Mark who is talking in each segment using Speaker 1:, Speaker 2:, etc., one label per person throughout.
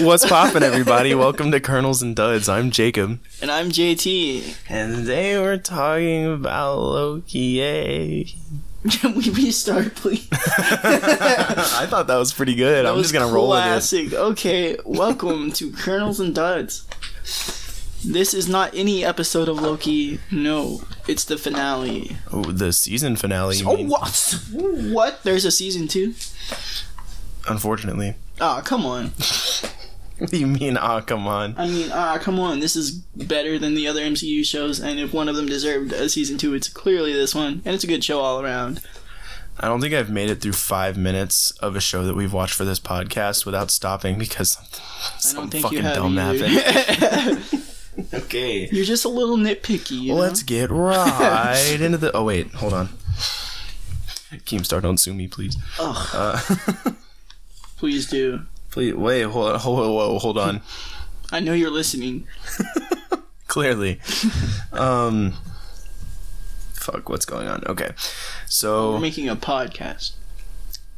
Speaker 1: What's poppin', everybody? Welcome to Kernels and Duds. I'm Jacob,
Speaker 2: And I'm JT.
Speaker 1: and today we're talking about Loki. Yay!
Speaker 2: Can we restart, please?
Speaker 1: I thought that was pretty good. I'm
Speaker 2: was
Speaker 1: just gonna roll with
Speaker 2: classic. Okay, welcome to Kernels and Duds. This is not any episode of Loki. No, it's the finale.
Speaker 1: it. Oh, the season finale. you mean.
Speaker 2: what? What? There's a season two?
Speaker 1: Unfortunately.
Speaker 2: Ah, come on.
Speaker 1: What do you mean? Ah, come on.
Speaker 2: I mean, ah, come on. This is better than the other MCU shows, and if one of them deserved a season two, it's clearly this one, and it's a good show all around.
Speaker 1: I don't think I've made it through five minutes of a show that we've watched for this podcast without stopping because something,
Speaker 2: I
Speaker 1: some
Speaker 2: don't think
Speaker 1: fucking
Speaker 2: you have
Speaker 1: dumb eh? happened.
Speaker 2: either.
Speaker 1: Okay.
Speaker 2: You're just a little nitpicky. You know?
Speaker 1: Let's get right into the. Oh wait, hold on. Keemstar, don't sue me, please.
Speaker 2: Ugh.
Speaker 1: Uh,
Speaker 2: Please do.
Speaker 1: Please wait, hold on, hold, whoa, hold on.
Speaker 2: I know you're listening.
Speaker 1: Clearly, um, fuck, what's going on? Okay,
Speaker 2: We're
Speaker 1: so
Speaker 2: making a podcast.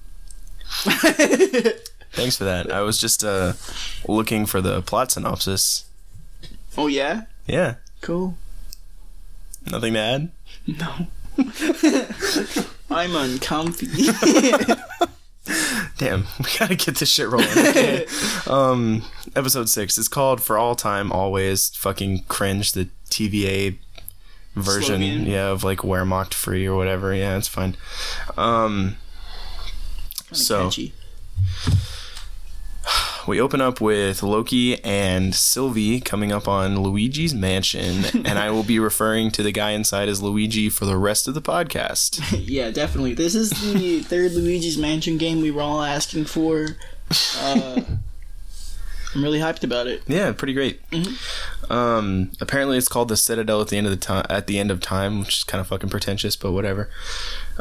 Speaker 1: thanks for that. I was just uh looking for the plot synopsis.
Speaker 2: oh yeah?
Speaker 1: Yeah,
Speaker 2: Cool.
Speaker 1: nothing to add.
Speaker 2: No. I'm uncomfy.
Speaker 1: Damn, we gotta get this shit rolling. Okay. um, episode six. It's called "For All Time, Always." Fucking cringe. The TVA version,
Speaker 2: Slogan.
Speaker 1: yeah, of like "Wehrmacht Free" or whatever. Yeah, it's fine. Um, So-
Speaker 2: Catchy.
Speaker 1: we open up with Loki and Sylvie coming up on Luigi's mansion, and I will be referring to the guy inside as Luigi for the rest of the podcast.
Speaker 2: yeah, definitely. This is the third Luigi's Mansion game we were all asking for. Uh, I'm really hyped about it.
Speaker 1: Yeah, pretty great.
Speaker 2: Mm-hmm.
Speaker 1: Um, apparently, it's called the Citadel at the end of the time. At the end of time, which is kind of fucking pretentious, but whatever.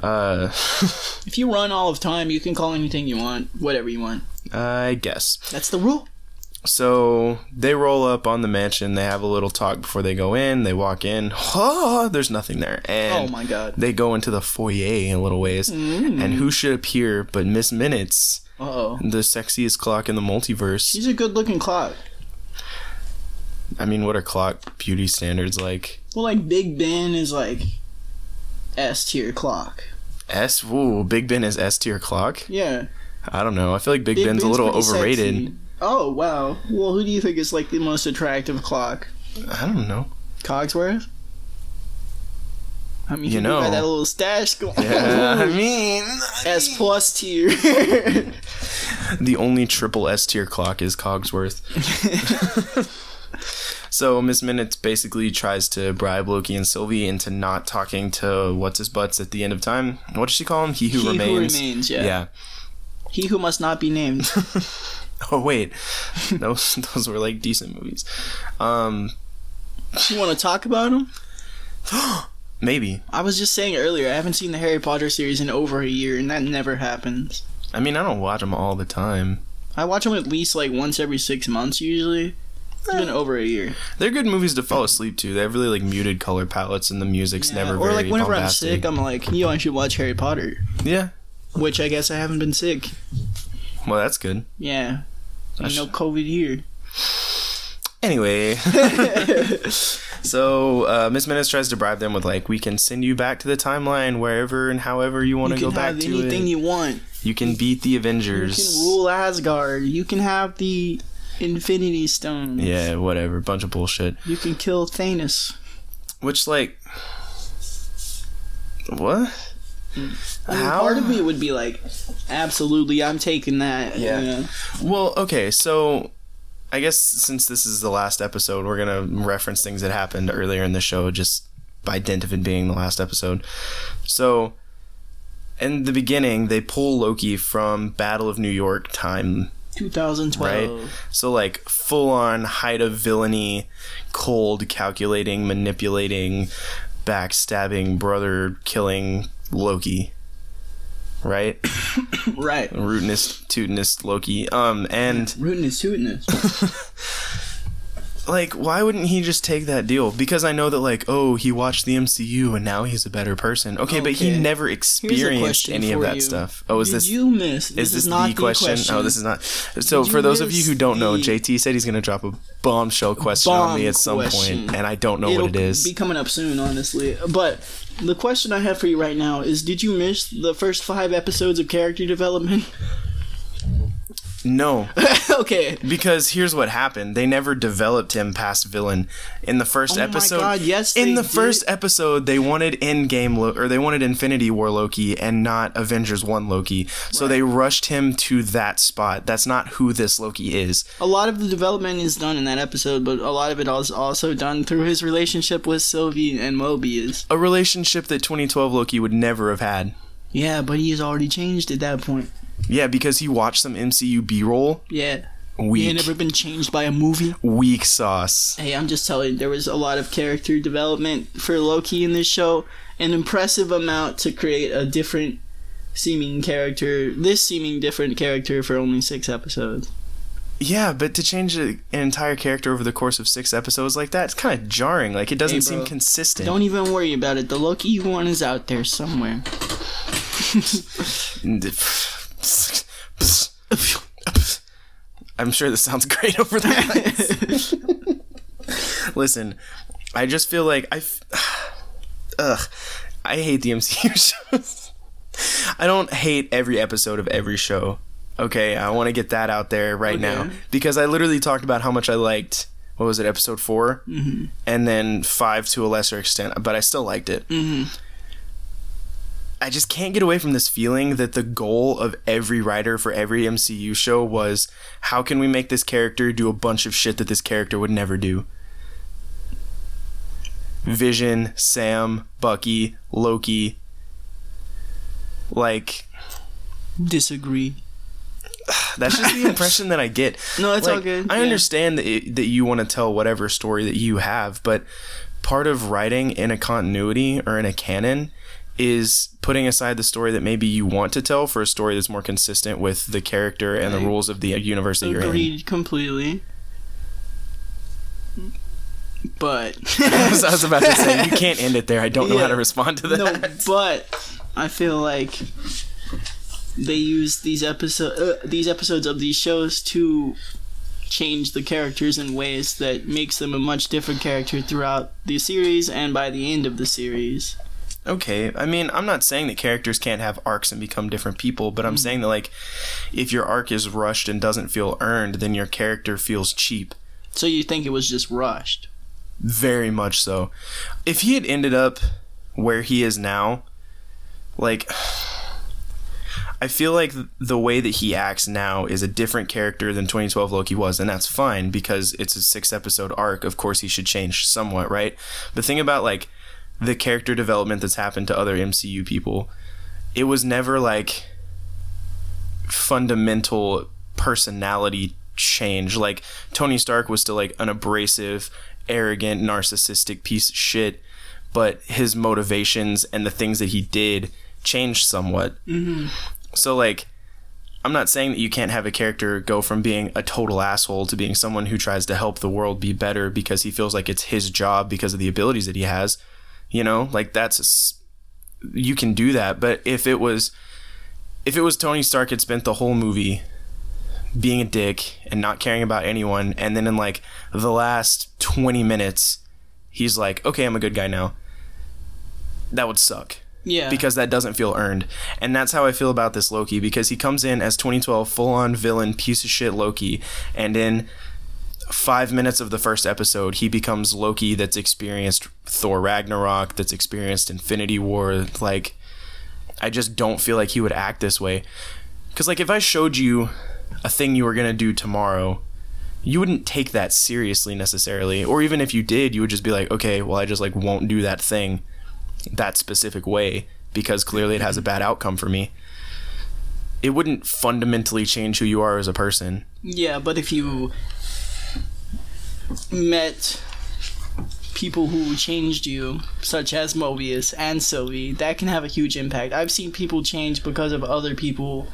Speaker 1: Uh,
Speaker 2: If you run all of time, you can call anything you want, whatever you want.
Speaker 1: I guess.
Speaker 2: That's the rule.
Speaker 1: So they roll up on the mansion. They have a little talk before they go in. They walk in. Oh, there's nothing there. And
Speaker 2: oh my Mm. god.
Speaker 1: They go into the foyer a little ways, and who should appear but Miss Minutes,
Speaker 2: Uh oh.
Speaker 1: the sexiest clock in the multiverse?
Speaker 2: She's a good looking clock.
Speaker 1: I mean, what are clock beauty standards like?
Speaker 2: Well, like, Big Ben is like S tier clock.
Speaker 1: S. Ooh, Big Ben is S tier clock.
Speaker 2: Yeah.
Speaker 1: I don't know. I feel like Big,
Speaker 2: Big
Speaker 1: Ben's, a little
Speaker 2: pretty
Speaker 1: overrated.
Speaker 2: sexy. Oh wow. Well, who do you think is like the most attractive clock?
Speaker 1: I don't know.
Speaker 2: Cogsworth. I mean,
Speaker 1: You
Speaker 2: you know
Speaker 1: know.
Speaker 2: that little stash going.
Speaker 1: Yeah, I mean,
Speaker 2: S plus tier.
Speaker 1: the only triple S tier clock is Cogsworth. So Miss Minutes basically tries to bribe Loki and Sylvie into not talking to what's his butts at the end of time. What does she call him? He who
Speaker 2: He who
Speaker 1: remains.
Speaker 2: remains, yeah.
Speaker 1: yeah.
Speaker 2: he who must not be named.
Speaker 1: Oh wait, those those were like decent movies. Um,
Speaker 2: You want to talk about him?
Speaker 1: maybe.
Speaker 2: I was just saying earlier, I haven't seen the Harry Potter series in over a year, and that never happens.
Speaker 1: I mean, I don't watch them all the time.
Speaker 2: I watch them at least like once every six months usually. It's
Speaker 1: Eh.
Speaker 2: been over a year.
Speaker 1: They're good movies to fall asleep to. They have really like muted color palettes, and the music's never
Speaker 2: or
Speaker 1: very
Speaker 2: like whenever
Speaker 1: bombastic.
Speaker 2: I'm sick, I'm like, yo, I should watch Harry Potter.
Speaker 1: yeah.
Speaker 2: Which I guess I haven't been sick.
Speaker 1: Well, that's good.
Speaker 2: Yeah.
Speaker 1: I
Speaker 2: Ain't
Speaker 1: sh-
Speaker 2: no COVID here.
Speaker 1: Anyway, so uh, Miss Minutes tries to bribe them with like, we can send you back to the timeline wherever and however you want
Speaker 2: You
Speaker 1: to go
Speaker 2: can
Speaker 1: back
Speaker 2: have
Speaker 1: to it.
Speaker 2: anything
Speaker 1: You-,
Speaker 2: you want.
Speaker 1: can beat the
Speaker 2: You
Speaker 1: Avengers.
Speaker 2: can rule Asgard. You can have the Infinity Stones.
Speaker 1: Yeah, whatever, bunch of bullshit.
Speaker 2: You can kill Thanos.
Speaker 1: Which like, what?
Speaker 2: I mean,
Speaker 1: How?
Speaker 2: Part of me would be like, absolutely, I'm taking that.
Speaker 1: Yeah.
Speaker 2: you know?
Speaker 1: Well, okay, so I guess since this is the last episode, we're gonna reference things that happened earlier in the show, just by dint of it being the last episode. So, in the beginning, they pull Loki from Battle of New York time,
Speaker 2: 2012.
Speaker 1: so like full on height of villainy, cold, calculating, manipulating, backstabbing, brother killing Loki, right?
Speaker 2: Right.
Speaker 1: Rootinest, tootinest Loki. Um, and
Speaker 2: Rootin' is tootin' is.
Speaker 1: like why wouldn't he just take that deal because i know that like oh he watched the mcu and now he's a better person okay, but he
Speaker 2: Okay.
Speaker 1: never experienced
Speaker 2: question
Speaker 1: any of
Speaker 2: for
Speaker 1: that
Speaker 2: you.
Speaker 1: stuff oh is
Speaker 2: Did
Speaker 1: this
Speaker 2: you miss?
Speaker 1: is
Speaker 2: This
Speaker 1: this
Speaker 2: not
Speaker 1: the question? oh this is not so
Speaker 2: Did
Speaker 1: for
Speaker 2: you
Speaker 1: those of you
Speaker 2: miss
Speaker 1: who don't know
Speaker 2: the-
Speaker 1: jt said he's going to drop a bombshell question on
Speaker 2: Bomb
Speaker 1: me at some point,
Speaker 2: question.
Speaker 1: and i don't know
Speaker 2: It'll
Speaker 1: what it is
Speaker 2: be coming up soon, honestly. But the question I have for you right now is: Did you miss the first five episodes of character development?
Speaker 1: no
Speaker 2: okay.
Speaker 1: Because here's what happened: they never developed him past villain in the first
Speaker 2: Oh my
Speaker 1: episode.
Speaker 2: God, yes,
Speaker 1: in
Speaker 2: they
Speaker 1: the
Speaker 2: did.
Speaker 1: first episode, they wanted Endgame Lo- or they wanted Infinity War Loki and not Avengers One Loki. So they rushed him to that spot. That's not who this Loki is.
Speaker 2: A lot of the development is done in that episode, but a lot of it is also done through his relationship with Sylvie and Mobius.
Speaker 1: A relationship that 2012 Loki would never have had.
Speaker 2: Yeah, but he has already changed at that point.
Speaker 1: Yeah, because he watched some MCU B-roll.
Speaker 2: Yeah. He
Speaker 1: Weak,
Speaker 2: ain't never been changed by a movie.
Speaker 1: weak sauce.
Speaker 2: Hey, I'm just telling you, there was a lot of character development for Loki in this show. An impressive amount to create a different seeming character, this seeming different character for only six episodes.
Speaker 1: Yeah, but to change a- an entire character over the course of six episodes like that, it's kind of jarring. Like it doesn't seem
Speaker 2: bro.
Speaker 1: consistent.
Speaker 2: Don't even worry about it. The Loki you want is out there somewhere.
Speaker 1: I'm sure this sounds great over the mics. Listen, I just feel like I, f- ugh, I hate the MCU shows. I don't hate every episode of every show. Okay, I want to get that out there right now
Speaker 2: Okay.
Speaker 1: because I literally talked about how much I liked. What was it, episode 4 mm-hmm. and then five to a lesser extent, but I still liked it. I just can't get away from this feeling that the goal of every writer for every MCU show was how can we make this character do a bunch of shit that this character would never do? Vision, Sam, Bucky, Loki. Like,
Speaker 2: Disagree.
Speaker 1: that's just the impression that I get.
Speaker 2: No, it's all
Speaker 1: Like,
Speaker 2: good.
Speaker 1: I
Speaker 2: Yeah.
Speaker 1: understand that, it, that you want to tell whatever story that you have, but part of writing in a continuity or in a canon is putting aside the story that maybe you want to tell for a story that's more consistent with the character and the
Speaker 2: I
Speaker 1: rules of the universe that you're in.
Speaker 2: Agreed completely. But
Speaker 1: I was I was about to say, you can't end it there. I don't know how
Speaker 2: Yeah.
Speaker 1: to respond to that.
Speaker 2: no, but I feel like they use these episode uh, these episodes of these shows to change the characters in ways that makes them a much different character throughout the series and by the end of the series.
Speaker 1: Okay, I mean, I'm not saying that characters can't have arcs and become different people, but I'm
Speaker 2: Mm.
Speaker 1: saying that like, if your arc is rushed and doesn't feel earned, then your character feels cheap.
Speaker 2: So you think it was just rushed?
Speaker 1: Very much so. If he had ended up where he is now, like I feel like the way that he acts now is a different character than 2012 Loki was, and that's fine because it's a six episode arc. Of course, he should change somewhat, right? The thing about like the character development that's happened to other MCU people, it was never like fundamental personality change. Like Tony Stark was still like an abrasive, arrogant, narcissistic piece of shit, but his motivations and the things that he did changed somewhat. So like I'm not saying that you can't have a character go from being a total asshole to being someone who tries to help the world be better because he feels like it's his job because of the abilities that he has. You know, like that's a s you can do that, but if it was if it was Tony Stark had spent the whole movie being a dick and not caring about anyone and then in like the last 20 minutes he's like, "Okay, I'm a good guy now." That would suck
Speaker 2: Yeah.
Speaker 1: because that doesn't feel earned. And that's how I feel about this Loki because he comes in as 2012 full on villain, piece of shit Loki, and in five minutes of the first episode, he becomes Loki that's experienced Thor Ragnarok, that's experienced Infinity War. Like, I just don't feel like he would act this way. Because, like, if I showed you a thing you were going to do tomorrow, you wouldn't take that seriously necessarily. Or even if you did, you would just be like, okay, well, I just, like, won't do that thing that specific way because clearly it has a bad outcome for me. It wouldn't fundamentally change who you are as a person.
Speaker 2: yeah, but if you met people who changed you, such as Mobius and Sylvie, that can have a huge impact. I've seen people change because of other people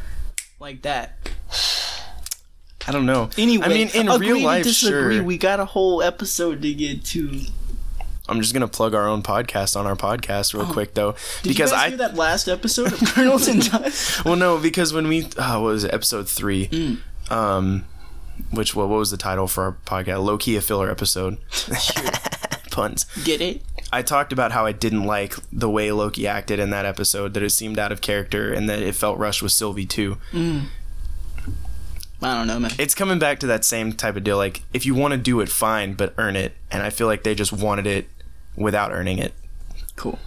Speaker 2: like that.
Speaker 1: I don't know.
Speaker 2: Anyway,
Speaker 1: I mean, in
Speaker 2: agree
Speaker 1: real
Speaker 2: to
Speaker 1: life,
Speaker 2: disagree.
Speaker 1: sure.
Speaker 2: We got a whole episode to get to.
Speaker 1: I'm just gonna plug our own podcast on our podcast real quick though,
Speaker 2: Oh, Did
Speaker 1: because
Speaker 2: you guys
Speaker 1: I
Speaker 2: hear that last episode of Colonels and Dust?
Speaker 1: well no because when we uh, what was it episode three,
Speaker 2: Mm.
Speaker 1: um, which what what was the title for our podcast? Low key a filler episode. Puns.
Speaker 2: Get it?
Speaker 1: I talked about how I didn't like the way Loki acted in that episode, that it seemed out of character, and that it felt rushed with Sylvie too.
Speaker 2: I don't know, man.
Speaker 1: It's coming back to that same type of deal. Like, if you want to do it, fine, but earn it. And I feel like they just wanted it without earning it.
Speaker 2: Cool.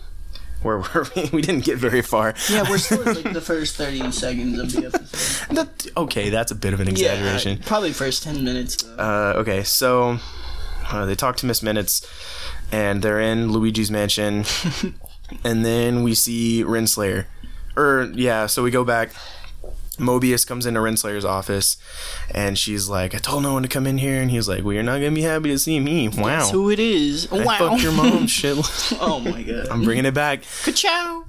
Speaker 1: Where were we? We didn't get very far.
Speaker 2: Yeah, we're still at, like the first thirty seconds of the episode.
Speaker 1: That- okay, that's a bit of an
Speaker 2: Yeah,
Speaker 1: exaggeration.
Speaker 2: probably first ten minutes. Though.
Speaker 1: Uh, okay, so uh, they talk to Miss Minutes, and they're in Luigi's mansion, and then we see Renslayer, or yeah. So we go back. Mobius comes into Renslayer's office, and she's like, "I told no one to come in here," and he's like, "Well, you're not gonna be happy to see me." Wow.
Speaker 2: That's who it is.
Speaker 1: I
Speaker 2: wow.
Speaker 1: fucked your mom. Shit.
Speaker 2: oh my god.
Speaker 1: I'm bringing it back.
Speaker 2: Ka-chow.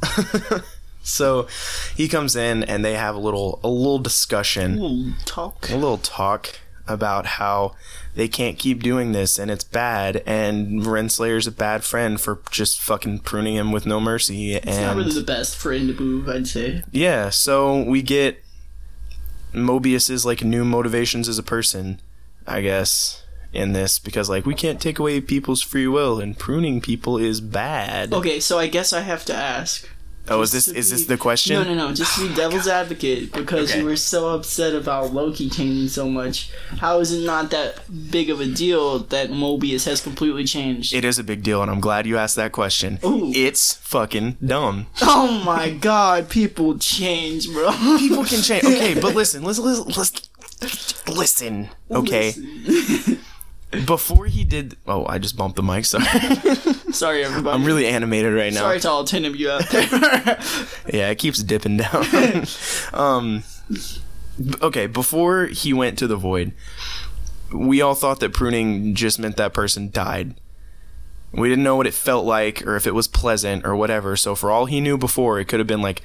Speaker 1: So he comes in, and they have a little a little discussion.
Speaker 2: We'll talk.
Speaker 1: a little talk about how they can't keep doing this and it's bad and Renslayer's a bad friend for just fucking pruning him with no mercy
Speaker 2: Not
Speaker 1: and
Speaker 2: really the best friend to move, I'd say.
Speaker 1: yeah so we get Mobius's like new motivations as a person I guess in this because like we can't take away people's free will and pruning people is bad
Speaker 2: Okay, so I guess I have to ask.
Speaker 1: oh is this
Speaker 2: just to
Speaker 1: is
Speaker 2: be-
Speaker 1: this the question
Speaker 2: No, no, no. Just to be devil's advocate, because
Speaker 1: Okay.
Speaker 2: you were so upset about Loki changing so much. How is it not that big of a deal that Mobius has completely changed?
Speaker 1: it is a big deal and I'm glad you asked that question
Speaker 2: Ooh.
Speaker 1: it's fucking dumb
Speaker 2: oh my God, people change, bro.
Speaker 1: people can change. Okay, but listen, listen, listen, listen. listen okay, before he did. Oh, I just bumped the mic. Sorry,
Speaker 2: Sorry, everybody.
Speaker 1: I'm really animated right now.
Speaker 2: sorry to all ten of you out there.
Speaker 1: Yeah, it keeps dipping down. um, b- okay, before he went to the void, we all thought that pruning just meant that person died. We didn't know what it felt like or if it was pleasant or whatever. So for all he knew before, it could have been like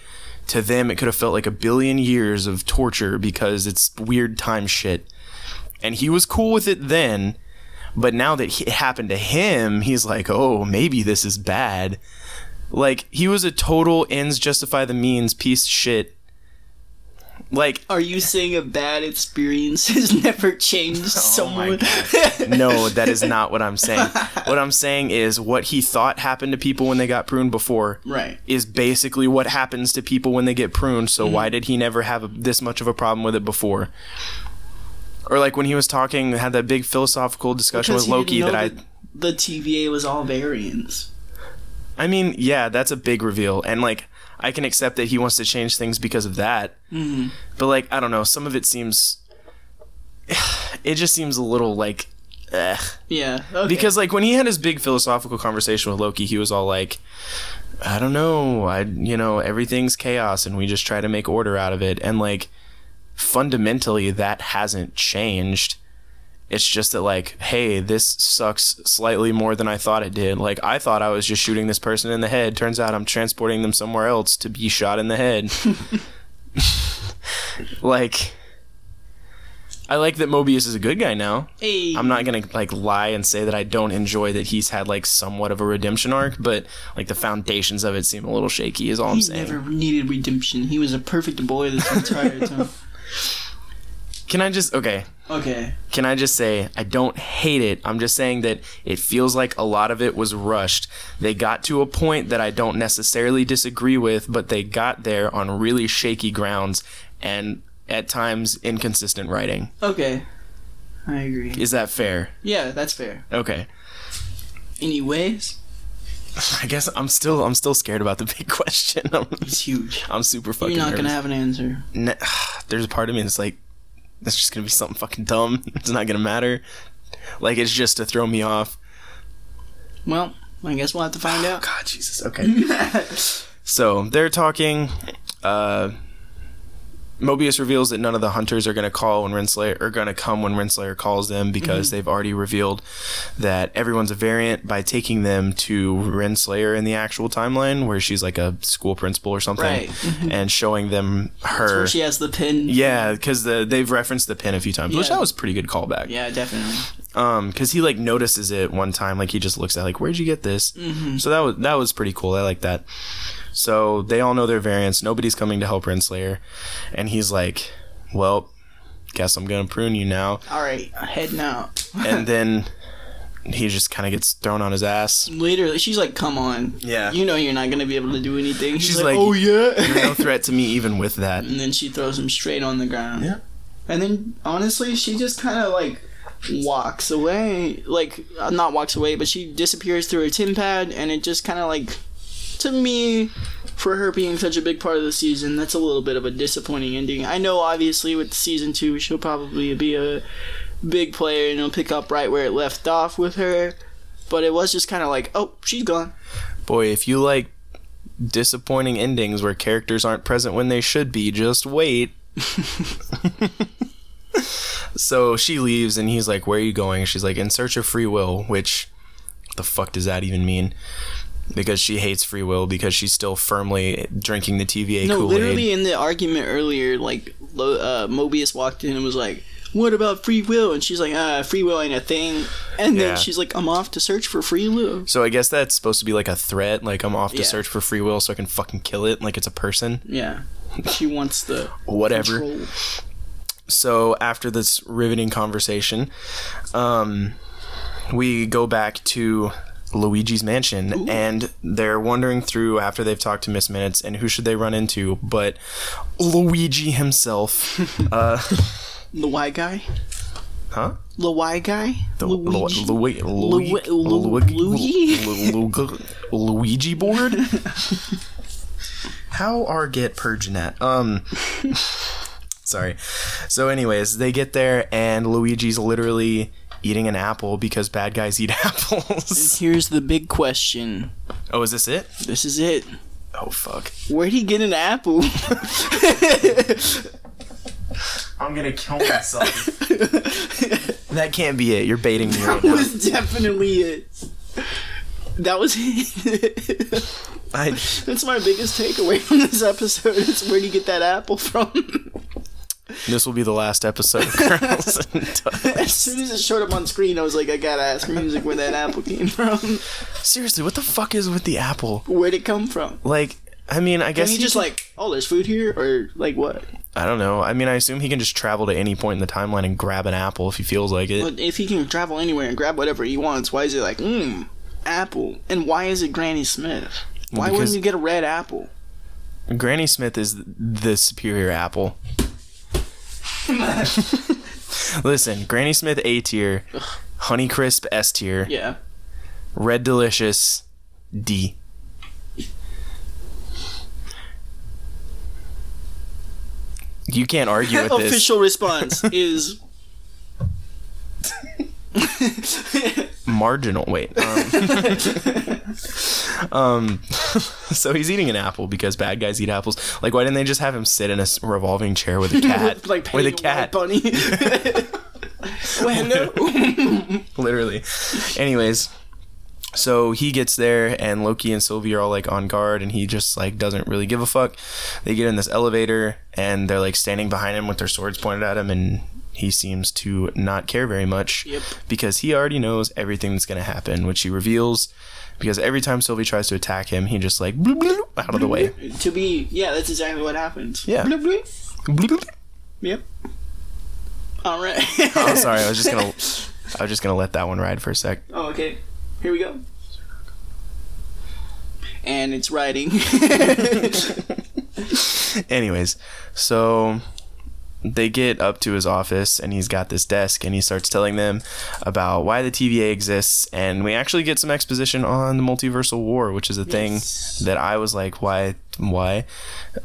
Speaker 1: to them it could have felt like a billion years of torture because it's weird time shit. And he was cool with it then, but now that he- it happened to him, he's like, "Oh, maybe this is bad." Like he was a total ends justify the means piece of shit. Like
Speaker 2: Are you saying a bad experience has never
Speaker 1: Oh
Speaker 2: changed someone?
Speaker 1: no, that is not what I'm saying. What I'm saying is what he thought happened to people when they got pruned before
Speaker 2: right.
Speaker 1: is basically what happens to people when they get pruned. So why
Speaker 2: Mm-hmm.
Speaker 1: did he never have a, this much of a problem with it before? Or like when he was talking, had that big philosophical discussion
Speaker 2: Because
Speaker 1: with
Speaker 2: he didn't
Speaker 1: Loki
Speaker 2: know
Speaker 1: that I
Speaker 2: the TVA was all variants.
Speaker 1: I mean, yeah, that's a big reveal, and like I can accept that he wants to change things because of that. But like, I don't know, some of it seems, it just seems a little like, eh.
Speaker 2: Yeah. Okay.
Speaker 1: because like when he had his big philosophical conversation with Loki, he was all like, I don't know, I you know everything's chaos, and we just try to make order out of it, and like fundamentally that hasn't changed. It's just that like, hey, this sucks slightly more than I thought it did. Like I thought I was just shooting this person in the head. Turns out I'm transporting them somewhere else to be shot in the head. like I like that Mobius is a good guy now.
Speaker 2: hey,
Speaker 1: I'm not gonna like lie and say that I don't enjoy that he's had like somewhat of a redemption arc, but like the foundations of it seem a little shaky. Is all I'm
Speaker 2: he
Speaker 1: saying.
Speaker 2: never needed redemption. He was a perfect boy this entire time.
Speaker 1: Can I just okay?
Speaker 2: Okay.
Speaker 1: Can I just say I don't hate it. I'm just saying that it feels like a lot of it was rushed. They got to a point that I don't necessarily disagree with, but they got there on really shaky grounds and at times inconsistent writing.
Speaker 2: Okay. I agree.
Speaker 1: Is that fair?
Speaker 2: Yeah, that's fair.
Speaker 1: Okay.
Speaker 2: Anyways,
Speaker 1: I guess I'm still I'm still scared about the big question. I'm,
Speaker 2: it's huge.
Speaker 1: I'm super fucking
Speaker 2: You're not
Speaker 1: nervous.
Speaker 2: gonna have an answer.
Speaker 1: ne- there's a part of me that's like that's just gonna be something fucking dumb it's not gonna matter like it's just to throw me off Oh,
Speaker 2: Well, I guess we'll have to find out.
Speaker 1: god jesus okay so they're talking uh Mobius reveals that none of the hunters are going to call when Renslayer are going to come when Renslayer calls them because
Speaker 2: Mm-hmm.
Speaker 1: they've already revealed that everyone's a variant by taking them to Renslayer in the actual timeline where she's like a school principal or something
Speaker 2: Right. Mm-hmm.
Speaker 1: and showing them
Speaker 2: That's
Speaker 1: her
Speaker 2: where she has the pin.
Speaker 1: yeah because the they've referenced the pin a few times which
Speaker 2: Yeah.
Speaker 1: that was a pretty good callback
Speaker 2: Yeah, definitely.
Speaker 1: um because he like notices it one time like he just looks at it, like where'd you get this
Speaker 2: Mm-hmm.
Speaker 1: so that was that was pretty cool i like that so they all know their variants nobody's coming to help renslayer and he's like well guess i'm gonna prune you now
Speaker 2: All right, head now.
Speaker 1: and then he just kind of gets thrown on his ass
Speaker 2: Literally, she's like, "Come on,
Speaker 1: Yeah.
Speaker 2: you know you're not gonna be able to do anything." She's,
Speaker 1: She's
Speaker 2: like,
Speaker 1: like,
Speaker 2: "Oh yeah,"
Speaker 1: You're no threat to me even with that
Speaker 2: and then she throws him straight on the ground.
Speaker 1: Yeah.
Speaker 2: and then honestly, she just kind of like walks away, like uh, not walks away, but she disappears through her tin pad, and it just kind of like, to me, for her being such a big part of the season, that's a little bit of a disappointing ending. I know, obviously, with season two, she'll probably be a big player and it'll pick up right where it left off with her. But it was just kind of like, oh, she's gone.
Speaker 1: boy if you like disappointing endings where characters aren't present when they should be just wait so she leaves and he's like where are you going she's like in search of free will which the fuck does that even mean because she hates free will because she's still firmly drinking the TVA
Speaker 2: No,
Speaker 1: Kool-Aid.
Speaker 2: literally in the argument earlier, like Lo- uh, Mobius walked in and was like, "What about free will?" And she's like, "Uh, free will ain't a thing." And
Speaker 1: Yeah.
Speaker 2: then she's like, "I'm off to search for free will."
Speaker 1: So I guess that's supposed to be like a threat, like I'm off to
Speaker 2: Yeah.
Speaker 1: search for free will so I can fucking kill it like it's a person.
Speaker 2: Yeah, she wants the
Speaker 1: Whatever.
Speaker 2: control.
Speaker 1: so after this riveting conversation, um, we go back to Luigi's mansion, and they're wandering through after they've talked to Miss Minutes, and who should they run into but Luigi himself? uh,
Speaker 2: The Y guy,
Speaker 1: huh?
Speaker 2: the Y guy,
Speaker 1: The
Speaker 2: Luigi.
Speaker 1: Lu- Lu- Lu-
Speaker 2: Lu- Lu-
Speaker 1: Lu-
Speaker 2: Luigi?
Speaker 1: Lu- Lu- Luigi board. How are get purging that? Um. Sorry. So, anyways, they get there and Luigi's literally eating an apple because bad guys eat apples.
Speaker 2: Here's the big question.
Speaker 1: Oh, is this it?
Speaker 2: This is it.
Speaker 1: Oh, fuck.
Speaker 2: Where'd he get an apple?
Speaker 1: I'm gonna kill myself. that can't be it. You're baiting me right
Speaker 2: That
Speaker 1: now.
Speaker 2: was definitely it. That was it.
Speaker 1: I,
Speaker 2: That's my biggest takeaway from this episode. It's where do you get that apple from?
Speaker 1: this will be the last episode of Girls and Dogs.
Speaker 2: as soon as it showed up on screen, I was like, I gotta ask music where that apple came from.
Speaker 1: Seriously, what the fuck is with the apple?
Speaker 2: Where'd it come from?
Speaker 1: Like, I mean, I guess
Speaker 2: And he
Speaker 1: he
Speaker 2: just
Speaker 1: can-
Speaker 2: like, oh, there's food here, or like what?
Speaker 1: I don't know. I mean, I assume he can just travel to any point in the timeline and grab an apple if he feels like it.
Speaker 2: But if he can travel anywhere and grab whatever he wants, why is it like, mmm, apple? And why is it Granny Smith? Why
Speaker 1: because-
Speaker 2: wouldn't you get a red apple?
Speaker 1: Granny Smith is the superior apple. Listen, Granny Smith A tier, Honeycrisp S tier,
Speaker 2: Yeah.
Speaker 1: Red Delicious D. You can't argue with this.
Speaker 2: Official response is
Speaker 1: marginal wait um, um, so he's eating an apple because bad guys eat apples like why didn't they just have him sit in a s- revolving chair with a cat
Speaker 2: like
Speaker 1: with a
Speaker 2: petting
Speaker 1: cat
Speaker 2: white bunny. Well, hello.
Speaker 1: literally anyways so he gets there and loki and sylvie are all like on guard and he just like doesn't really give a fuck they get in this elevator and they're like standing behind him with their swords pointed at him and he seems to not care very much
Speaker 2: Yep.
Speaker 1: because he already knows everything that's going to happen which he reveals because every time sylvie tries to attack him he just like bloop, bloop, out of the way
Speaker 2: to be yeah, that's exactly what happens.
Speaker 1: Yeah.
Speaker 2: Bloop, bloop.
Speaker 1: Bloop, bloop.
Speaker 2: Yep. All right.
Speaker 1: oh sorry i was just going to i was just going to let that one ride for a sec
Speaker 2: Oh, okay. Here we go. And it's writing.
Speaker 1: Anyways, so they get up to his office and he's got this desk and he starts telling them about why the TVA exists and we actually get some exposition on the multiversal war, which is a
Speaker 2: Yes.
Speaker 1: thing that I was like, why why?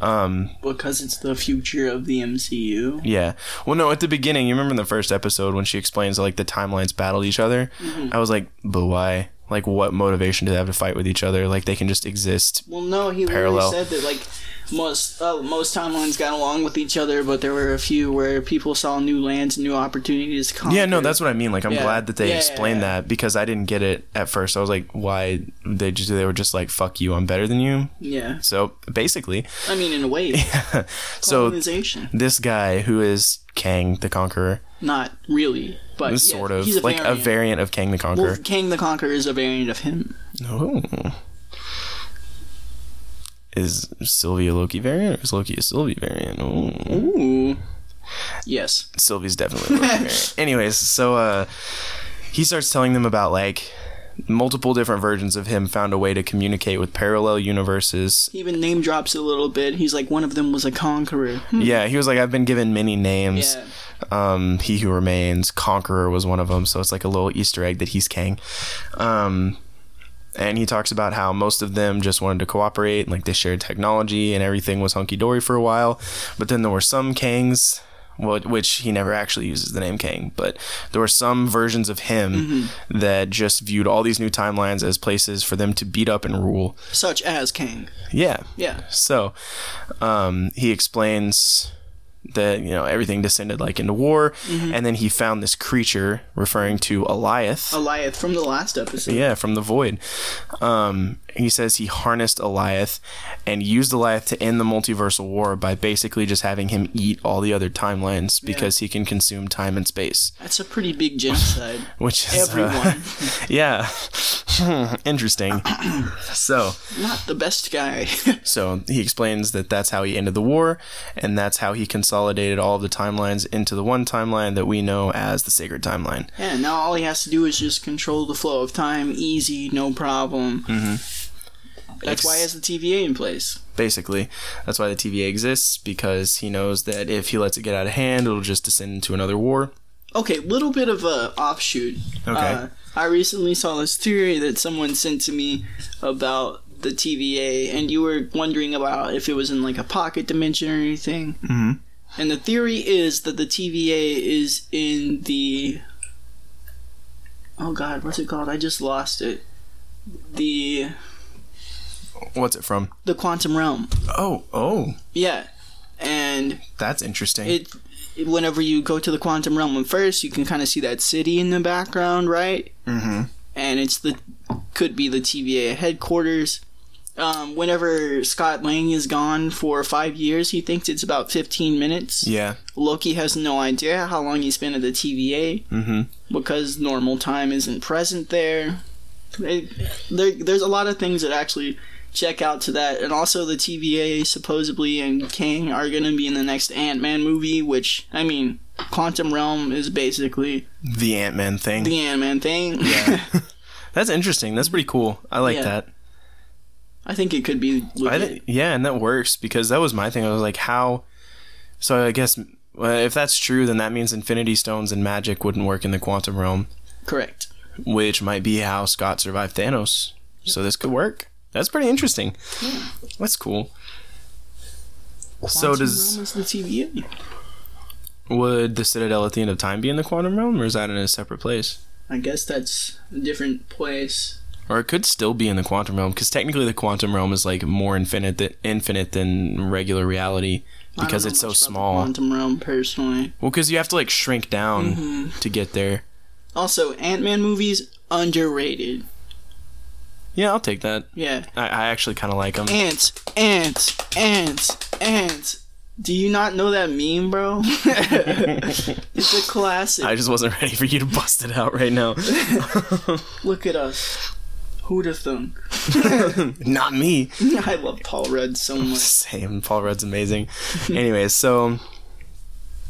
Speaker 1: Um
Speaker 2: because it's the future of the MCU.
Speaker 1: yeah. Well no, at the beginning, you remember in the first episode when she explains like the timelines battled each other? I was like, but why? Like what motivation do they have to fight with each other? Like they can just exist.
Speaker 2: Well, no, he
Speaker 1: Parallel.
Speaker 2: literally said that like most uh, most timelines got along with each other, but there were a few where people saw new lands, new opportunities. to
Speaker 1: Yeah, no,
Speaker 2: conquer.
Speaker 1: that's what I mean. Like, I'm
Speaker 2: Yeah.
Speaker 1: glad that they
Speaker 2: Yeah, yeah,
Speaker 1: explained
Speaker 2: yeah.
Speaker 1: that because I didn't get it at first. I was like, why? They just they were just like, fuck you, I'm better than you.
Speaker 2: yeah.
Speaker 1: So basically,
Speaker 2: I mean, in a way,
Speaker 1: so
Speaker 2: colonization.
Speaker 1: this guy who is Kang the Conqueror,
Speaker 2: Not really, but
Speaker 1: is
Speaker 2: yeah,
Speaker 1: sort of
Speaker 2: he's a
Speaker 1: like
Speaker 2: variant.
Speaker 1: a variant of Kang the
Speaker 2: Well,
Speaker 1: Conqueror.
Speaker 2: Kang the Conqueror is a variant of him.
Speaker 1: oh. Is Sylvia Loki variant or is Loki a Sylvie variant? Oh.
Speaker 2: Ooh. Yes.
Speaker 1: Sylvie's definitely a Loki variant. Anyways, so uh, he starts telling them about like multiple different versions of him found a way to communicate with parallel universes.
Speaker 2: He even name drops a little bit. He's like, one of them was a conqueror. Hmm.
Speaker 1: Yeah, he was like, I've been given many names.
Speaker 2: Yeah.
Speaker 1: Um, he who remains, Conqueror was one of them. So it's like a little Easter egg that he's Kang. Um, and he talks about how most of them just wanted to cooperate, and, like they shared technology, and everything was hunky dory for a while. But then there were some Kangs, wh- which he never actually uses the name Kang, but there were some versions of him that just viewed all these new timelines as places for them to beat up and rule.
Speaker 2: Such as Kang.
Speaker 1: Yeah,
Speaker 2: Yeah.
Speaker 1: so um, he explains that you know everything descended like into war, and then he found this creature referring to Eliath.
Speaker 2: Eliath from the last episode.
Speaker 1: yeah, from the void. Um, he says he harnessed Eliath and used Eliath to end the multiversal war by basically just having him eat all the other timelines because he can consume time and space,
Speaker 2: That's a pretty big genocide.
Speaker 1: which is uh,
Speaker 2: Everyone.
Speaker 1: yeah, interesting. so.
Speaker 2: Not the best guy.
Speaker 1: So he explains that that's how he ended the war, and that's how he consolidated all of the timelines into the one timeline that we know as the sacred timeline.
Speaker 2: yeah, now all he has to do is just control the flow of time. Easy, no problem. Mm-hmm.
Speaker 1: Mm-hmm.
Speaker 2: That's why he has the TVA in place.
Speaker 1: Basically, that's why the TVA exists because he knows that if he lets it get out of hand, it'll just descend into another war.
Speaker 2: Okay, little bit of a offshoot.
Speaker 1: Okay.
Speaker 2: Uh, I recently saw this theory that someone sent to me about the TVA, and you were wondering about if it was in like a pocket dimension or anything. Mm-hmm. And the theory is that the TVA is in the. Oh God, what's it called? I just lost it. The
Speaker 1: What's it from?
Speaker 2: the quantum realm.
Speaker 1: Oh, oh,
Speaker 2: Yeah, and
Speaker 1: that's interesting.
Speaker 2: it whenever you go to the quantum realm at first you can kind of see that city in the background right
Speaker 1: mm-hmm.
Speaker 2: and it's the could be the tva headquarters um, whenever scott lang is gone for five years he thinks it's about 15 minutes
Speaker 1: Yeah.
Speaker 2: loki has no idea how long he's been at the tva
Speaker 1: Mm-hmm.
Speaker 2: because normal time isn't present there. It- there there's a lot of things that actually check out to that, and also the TVA supposedly and Kang are going to be in the next Ant Man movie, which I mean, Quantum Realm is basically
Speaker 1: The Ant Man thing.
Speaker 2: the Ant Man thing.
Speaker 1: that's interesting. That's pretty cool. I like
Speaker 2: Yeah.
Speaker 1: that.
Speaker 2: I think it could be.
Speaker 1: I
Speaker 2: legit.
Speaker 1: thi- yeah, and that works because that was my thing. I was like, how? So I guess well, if that's true, then that means Infinity Stones and magic wouldn't work in the quantum realm,
Speaker 2: correct.
Speaker 1: which might be how Scott survived Thanos. So this could work. That's pretty interesting. That's cool. so
Speaker 2: Quantum
Speaker 1: does
Speaker 2: Realm is the TVA?
Speaker 1: would the Citadel at the end of time be in the quantum realm, or is that in a separate place?
Speaker 2: I guess that's a different place.
Speaker 1: Or it could still be in the quantum realm because technically the quantum realm is like more infinite th- infinite than regular reality
Speaker 2: I don't
Speaker 1: because
Speaker 2: know
Speaker 1: it's so
Speaker 2: much about the
Speaker 1: small.
Speaker 2: Quantum Realm, personally. Hmm.
Speaker 1: Well, because you have to like shrink down to get there.
Speaker 2: Also, Ant Man movies underrated.
Speaker 1: Yeah, I'll take that.
Speaker 2: Yeah.
Speaker 1: I, I actually kind of like them.
Speaker 2: Ants, ants, ants, ants. Do you not know that meme, bro? it's a classic.
Speaker 1: I just wasn't ready for you to bust it out right now.
Speaker 2: Look at us. Who'd have thunk?
Speaker 1: Not me.
Speaker 2: I love Paul Rudd so much.
Speaker 1: Same. Paul Rudd's amazing. Anyways, so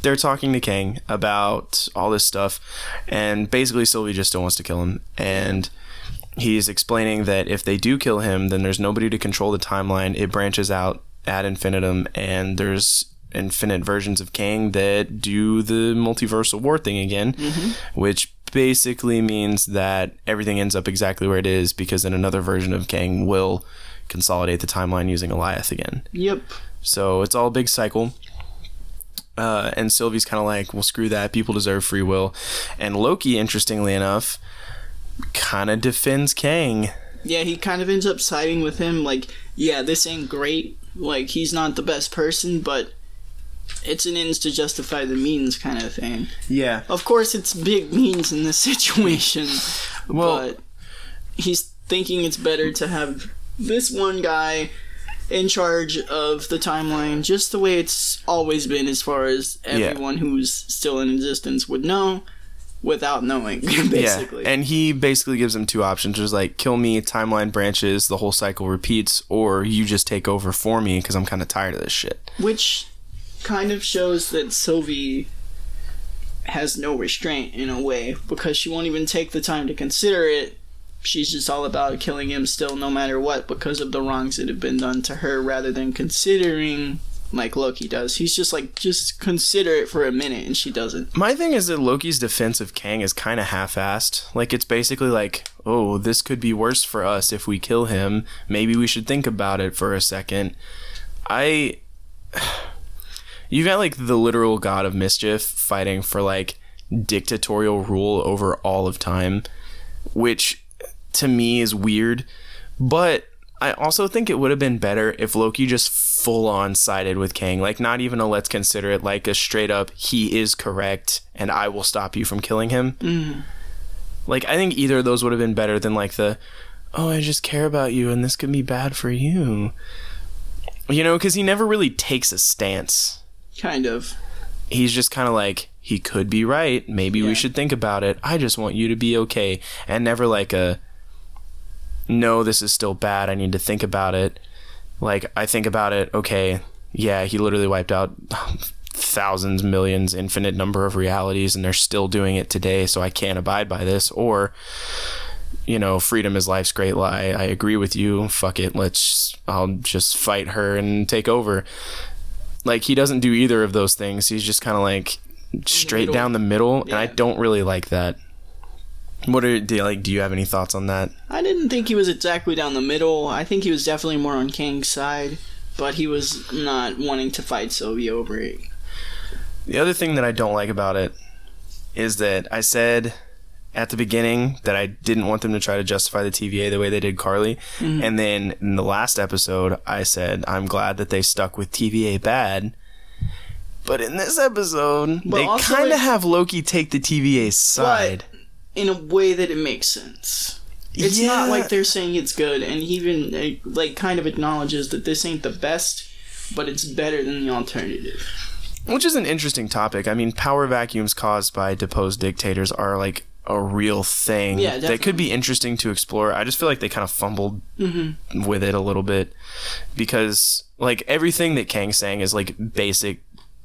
Speaker 1: they're talking to Kang about all this stuff, and basically Sylvie just still wants to kill him, and he's explaining that if they do kill him, then there's nobody to control the timeline. It branches out ad infinitum, and there's infinite versions of Kang that do the multiversal war thing again, which basically means that everything ends up exactly where it is because then another version of Kang will consolidate the timeline using Eliath again.
Speaker 2: Yep.
Speaker 1: So it's all a big cycle. Uh, and Sylvie's kind of like, well, screw that. People deserve free will. And Loki, interestingly enough, kind of defends Kang
Speaker 2: yeah, he kind of ends up siding with him. Like, yeah, this ain't great. Like, he's not the best person, but it's an ends to justify the means kind of thing.
Speaker 1: Yeah.
Speaker 2: Of course, it's big means in this situation,
Speaker 1: Well-
Speaker 2: but he's thinking it's better to have this one guy in charge of the timeline, just the way it's always been, as far as
Speaker 1: Yeah.
Speaker 2: everyone who's still in existence would know, without knowing, basically.
Speaker 1: Yeah. And he basically gives him two options. There's like, kill me, timeline branches, the whole cycle repeats, or you just take over for me because I'm kind of tired of this shit.
Speaker 2: Which kind of shows that Sylvie has no restraint in a way because she won't even take the time to consider it. She's just all about killing him still, no matter what, because of the wrongs that have been done to her, rather than considering like Loki does. He's just like, just consider it for a minute, and she doesn't.
Speaker 1: My thing is that Loki's defense of Kang is kind of half-assed. Like it's basically like, "Oh, this could be worse for us if we kill him. Maybe we should think about it for a second. I You got like the literal god of mischief fighting for like dictatorial rule over all of time, which to me is weird, but I also think it would have been better if Loki just full on sided with Kang. Like, not even a let's consider it, like a straight up, he is correct and I will stop you from killing him. Like, I think either of those would have been better than, like, the, oh, I just care about you and this could be bad for you. You know, because he never really takes a stance.
Speaker 2: Kind of.
Speaker 1: He's just kind of like, he could be right. Maybe
Speaker 2: Yeah.
Speaker 1: we should think about it. I just want you to be okay. And never like a, no, this is still bad. I need to think about it. Like, I think about it. Okay. Yeah, he literally wiped out thousands, millions, infinite number of realities, and they're still doing it today. So I can't abide by this. Or, you know, freedom is life's great lie. I agree with you. Fuck it. Let's, I'll just fight her and take over. Like, he doesn't do either of those things. He's just kind of like straight
Speaker 2: middle.
Speaker 1: down the middle. And I
Speaker 2: Yeah.
Speaker 1: don't really like that. What are, do you, like, do you have any thoughts on that?
Speaker 2: I didn't think he was exactly down the middle. I think he was definitely more on Kang's side, but he was not wanting to fight Sylvie over it.
Speaker 1: The other thing that I don't like about it is that I said at the beginning that I didn't want them to try to justify the TVA the way they did Carly.
Speaker 2: Mm-hmm.
Speaker 1: And then in the last episode, I said, I'm glad that they stuck with TVA bad. But in this episode,
Speaker 2: But
Speaker 1: they
Speaker 2: also
Speaker 1: kind of
Speaker 2: it's-
Speaker 1: have Loki take the TVA's side.
Speaker 2: in a way that it makes sense. It's not
Speaker 1: Yeah.
Speaker 2: like they're saying it's good, and he even uh, like kind of acknowledges that this ain't the best, but it's better than the alternative.
Speaker 1: Which is an interesting topic. I mean, power vacuums caused by deposed dictators are like a real thing.
Speaker 2: Yeah,
Speaker 1: They could be interesting to explore. I just feel like they kind of fumbled
Speaker 2: Mm-hmm.
Speaker 1: with it a little bit because, like, everything that Kang's saying is like basic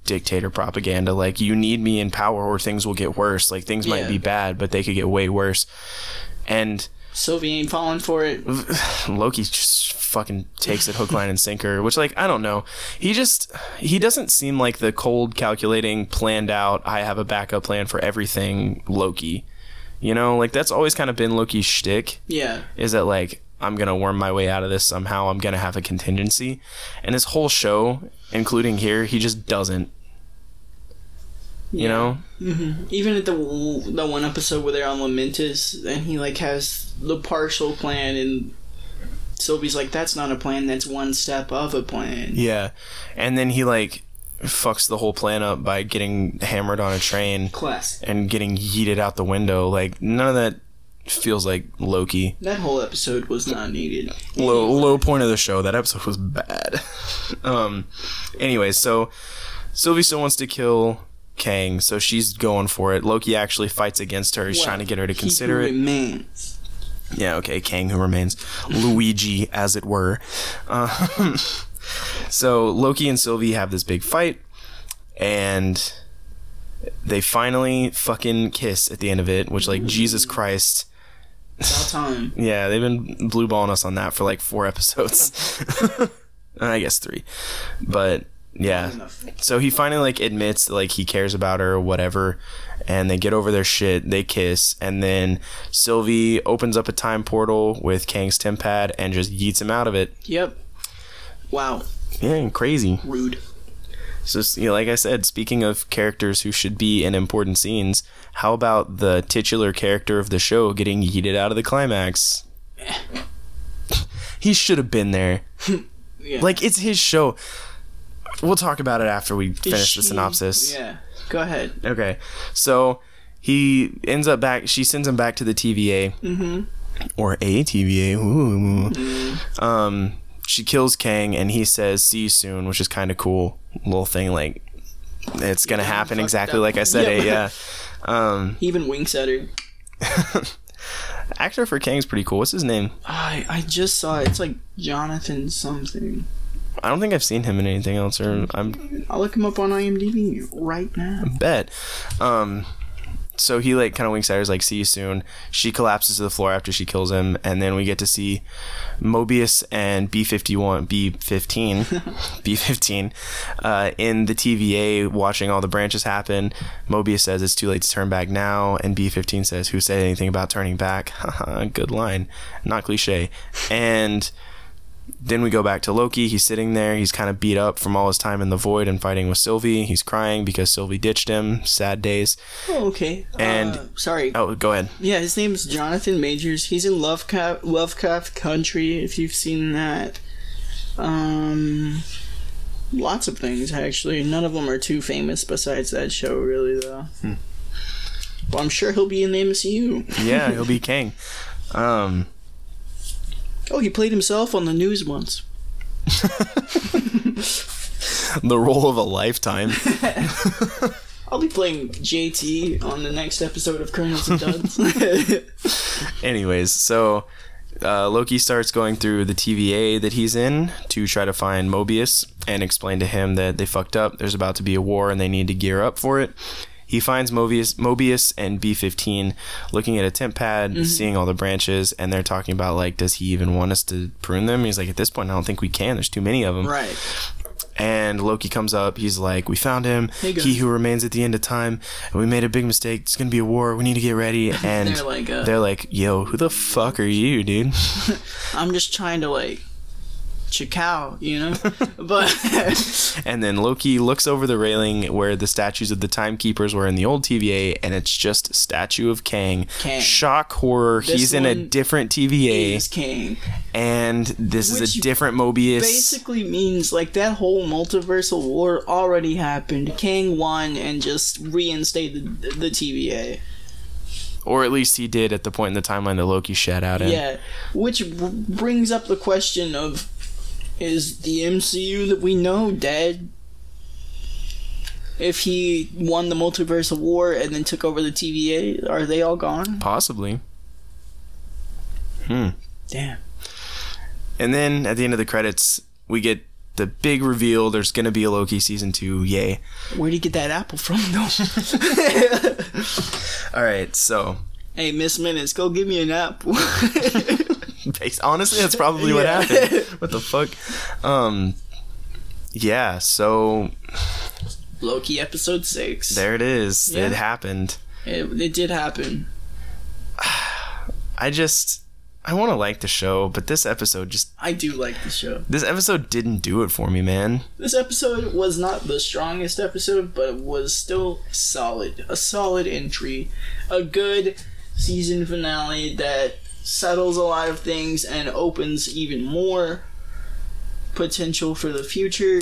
Speaker 1: dictator propaganda. Like, you need me in power or things will get worse. Like, things might
Speaker 2: Yeah.
Speaker 1: be bad, but they could get way worse. And
Speaker 2: Sylvie ain't falling for it.
Speaker 1: Loki just fucking takes it hook, line, and sinker, which, like, I don't know. He just, he doesn't seem like the cold, calculating, planned out, I have a backup plan for everything Loki. You know, like, that's always kind of been Loki's shtick
Speaker 2: Yeah,
Speaker 1: is that, like, I'm going to worm my way out of this somehow. I'm going to have a contingency. And his whole show, including here, he just doesn't. You
Speaker 2: Yeah.
Speaker 1: know?
Speaker 2: even at the w- the one episode where they're on Lamentus, and he like has the partial plan, and Sylvie's like, "That's not a plan. That's one step of a plan."
Speaker 1: Yeah. And then he, like, fucks the whole plan up by getting hammered on a train.
Speaker 2: Class.
Speaker 1: and getting yeeted out the window. Like none of that feels like Loki.
Speaker 2: That whole episode was not needed.
Speaker 1: Low low point of the show. That episode was bad. um anyway, so Sylvie still wants to kill Kang, so she's going for it. Loki actually fights against her. He's
Speaker 2: Well,
Speaker 1: trying to get her to
Speaker 2: He
Speaker 1: consider
Speaker 2: who
Speaker 1: it.
Speaker 2: remains.
Speaker 1: Yeah, okay, Kang who remains Luigi, as it were. Uh, so Loki and Sylvie have this big fight, and they finally fucking kiss at the end of it, which like Jesus Christ.
Speaker 2: About time.
Speaker 1: Yeah, they've been blue balling us on that for like four episodes. I guess three. But yeah.
Speaker 2: Enough.
Speaker 1: So he finally like admits that, like he cares about her or whatever, and they get over their shit. They kiss, and then Sylvie opens up a time portal with Kang's tempad and just yeets him out of it.
Speaker 2: Yep. Wow.
Speaker 1: Yeah, crazy.
Speaker 2: Rude.
Speaker 1: So s- you know, like I said, speaking of characters who should be in important scenes, how about the titular character of the show getting yeeted out of the climax? He should have been there.
Speaker 2: Yeah.
Speaker 1: Like it's his show. We'll talk about it after we finish the
Speaker 2: She-
Speaker 1: synopsis.
Speaker 2: Yeah. Go ahead.
Speaker 1: Okay. So he ends up back. She sends him back to the TVA
Speaker 2: Mm-hmm.
Speaker 1: or a TVA. Ooh.
Speaker 2: Mm-hmm.
Speaker 1: Um, she kills Kang, and he says, "See you soon," which is kind of cool. Little thing like it's gonna
Speaker 2: Yeah,
Speaker 1: happen
Speaker 2: fucked
Speaker 1: exactly
Speaker 2: up.
Speaker 1: like I said it. Yeah.
Speaker 2: Yeah.
Speaker 1: Um,
Speaker 2: He even winks at her.
Speaker 1: actor for Kang's pretty cool. What's his name?
Speaker 2: I I just saw it. It's like Jonathan something.
Speaker 1: I don't think I've seen him in anything else. Or I'm
Speaker 2: I'll look him up on IMDb right now.
Speaker 1: bet. Um, so he like kind of winks at her, is like, "See you soon." She collapses to the floor after she kills him, and then we get to see Mobius and B fifty one, B fifteen, B fifteen, uh, in the TVA watching all the branches happen. Mobius says it's too late to turn back now, and B fifteen says, "Who said anything about turning back?" Haha, Good line, not cliche, and. Then we go back to Loki. He's sitting there. He's kind of beat up from all his time in the void and fighting with Sylvie. He's crying because Sylvie ditched him. Sad days.
Speaker 2: Oh, okay.
Speaker 1: And-
Speaker 2: Uh, sorry.
Speaker 1: Oh, go ahead.
Speaker 2: Yeah, his name's Jonathan Majors. He's in Lovecraft, Lovecraft Country. If you've seen that, um, lots of things actually. None of them are too famous besides that show, really though.
Speaker 1: Hmm.
Speaker 2: Well, I'm sure he'll be in the MCU.
Speaker 1: Yeah, he'll be king. Um,
Speaker 2: Oh, he played himself on the news once.
Speaker 1: the role of a lifetime.
Speaker 2: I'll be playing JT on the next episode of Colonels and Duds.
Speaker 1: Anyways, so uh, Loki starts going through the TVA that he's in to try to find Mobius and explain to him that they fucked up. There's about to be a war and they need to gear up for it. He finds Mobius, Mobius and B15 looking at a temp pad,
Speaker 2: Mm-hmm.
Speaker 1: seeing all the branches, and they're talking about like, does he even want us to prune them? He's like, at this point, I don't think we can. There's too many of them.
Speaker 2: right.
Speaker 1: And Loki comes up. He's like, "We found him.
Speaker 2: Hey, guys.
Speaker 1: he who remains at the end of time. And we made a big mistake. It's gonna be a war. We need to get ready." And
Speaker 2: They're like, uh,
Speaker 1: they're like, "Yo, who the fuck are you, dude?"
Speaker 2: I'm just trying to like, chacao, you know. but
Speaker 1: And then Loki looks over the railing where the statues of the timekeepers were in the old TVA, and it's just statue of Kang.
Speaker 2: Kang.
Speaker 1: Shock horror.
Speaker 2: This
Speaker 1: he's in a
Speaker 2: one
Speaker 1: different TVA,
Speaker 2: he's king.
Speaker 1: and this is a
Speaker 2: Which
Speaker 1: different Mobius.
Speaker 2: basically means like that whole multiversal war already happened. Kang won and just reinstated the, the TVA.
Speaker 1: or at least he did at the point in the timeline that Loki shat out in.
Speaker 2: Yeah, which br- brings up the question of is the MCU that we know dead? If he won the multiversal war and then took over the TVA, are they all gone?
Speaker 1: Possibly.
Speaker 2: Damn.
Speaker 1: And then at the end of the credits, we get the big reveal. There's going to be a Loki season two. Yay.
Speaker 2: Where'd he get that apple from, though?
Speaker 1: All right. So,
Speaker 2: hey, Miss Minutes, go give me an apple.
Speaker 1: bas- honestly, that's probably what
Speaker 2: Yeah.
Speaker 1: happened. What the fuck? Um, yeah. So
Speaker 2: Loki episode 6.
Speaker 1: there it is.
Speaker 2: Yeah.
Speaker 1: It happened.
Speaker 2: It, it did happen.
Speaker 1: I just, I want to like the show, but this episode just,
Speaker 2: I do like the show.
Speaker 1: this episode didn't do it for me, man.
Speaker 2: This episode was not the strongest episode, but it was still solid. A solid entry. A good season finale that settles a lot of things and opens even more potential for the future.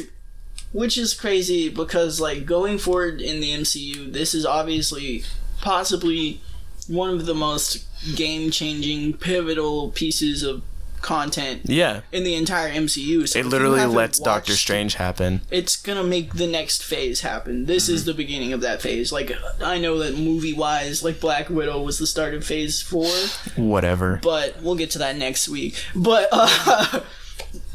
Speaker 2: Which is crazy because, like, going forward in the MCU, this is obviously possibly one of the most game changing, pivotal pieces of content
Speaker 1: Yeah.
Speaker 2: in the entire MCU. So
Speaker 1: It
Speaker 2: if you
Speaker 1: literally
Speaker 2: haven't
Speaker 1: lets Doctor
Speaker 2: watched-
Speaker 1: Strange happen.
Speaker 2: It's gonna make the next phase happen. This is the beginning of that phase. Like I know that movie wise, like Black Widow was the start of Phase Four,
Speaker 1: Whatever.
Speaker 2: but we'll get to that next week. But uh,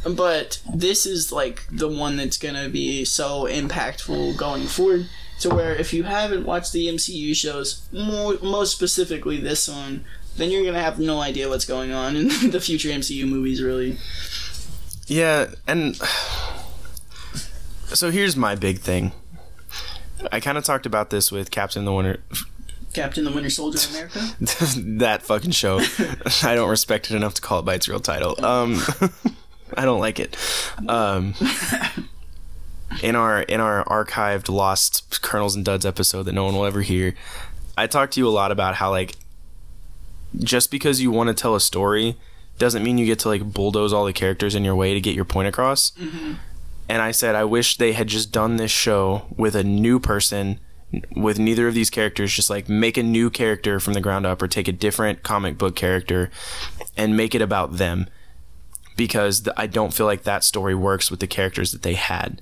Speaker 2: but this is like the one that's gonna be so impactful going forward. To where if you haven't watched the MCU shows, more most specifically this one, then you're gonna have no idea what's going on in the future MCU movies. Really,
Speaker 1: Yeah, and so here's my big thing. I kind of talked about this with Captain the Winter,
Speaker 2: Captain the Winter Soldier America.
Speaker 1: that fucking show. I don't respect it enough to call it by its real title. Um, I don't like it. Um, in our in our archived lost Colonels and Duds episode that no one will ever hear, I talked to you a lot about how like just because you want to tell a story doesn't mean you get to like bulldoze all the characters in your way to get your point across. And I said, I wish they had just done this show with a new person with neither of these characters just like make a new character from the ground up or take a different comic book character and make it about them because th- I don't feel like that story works with the characters that they had.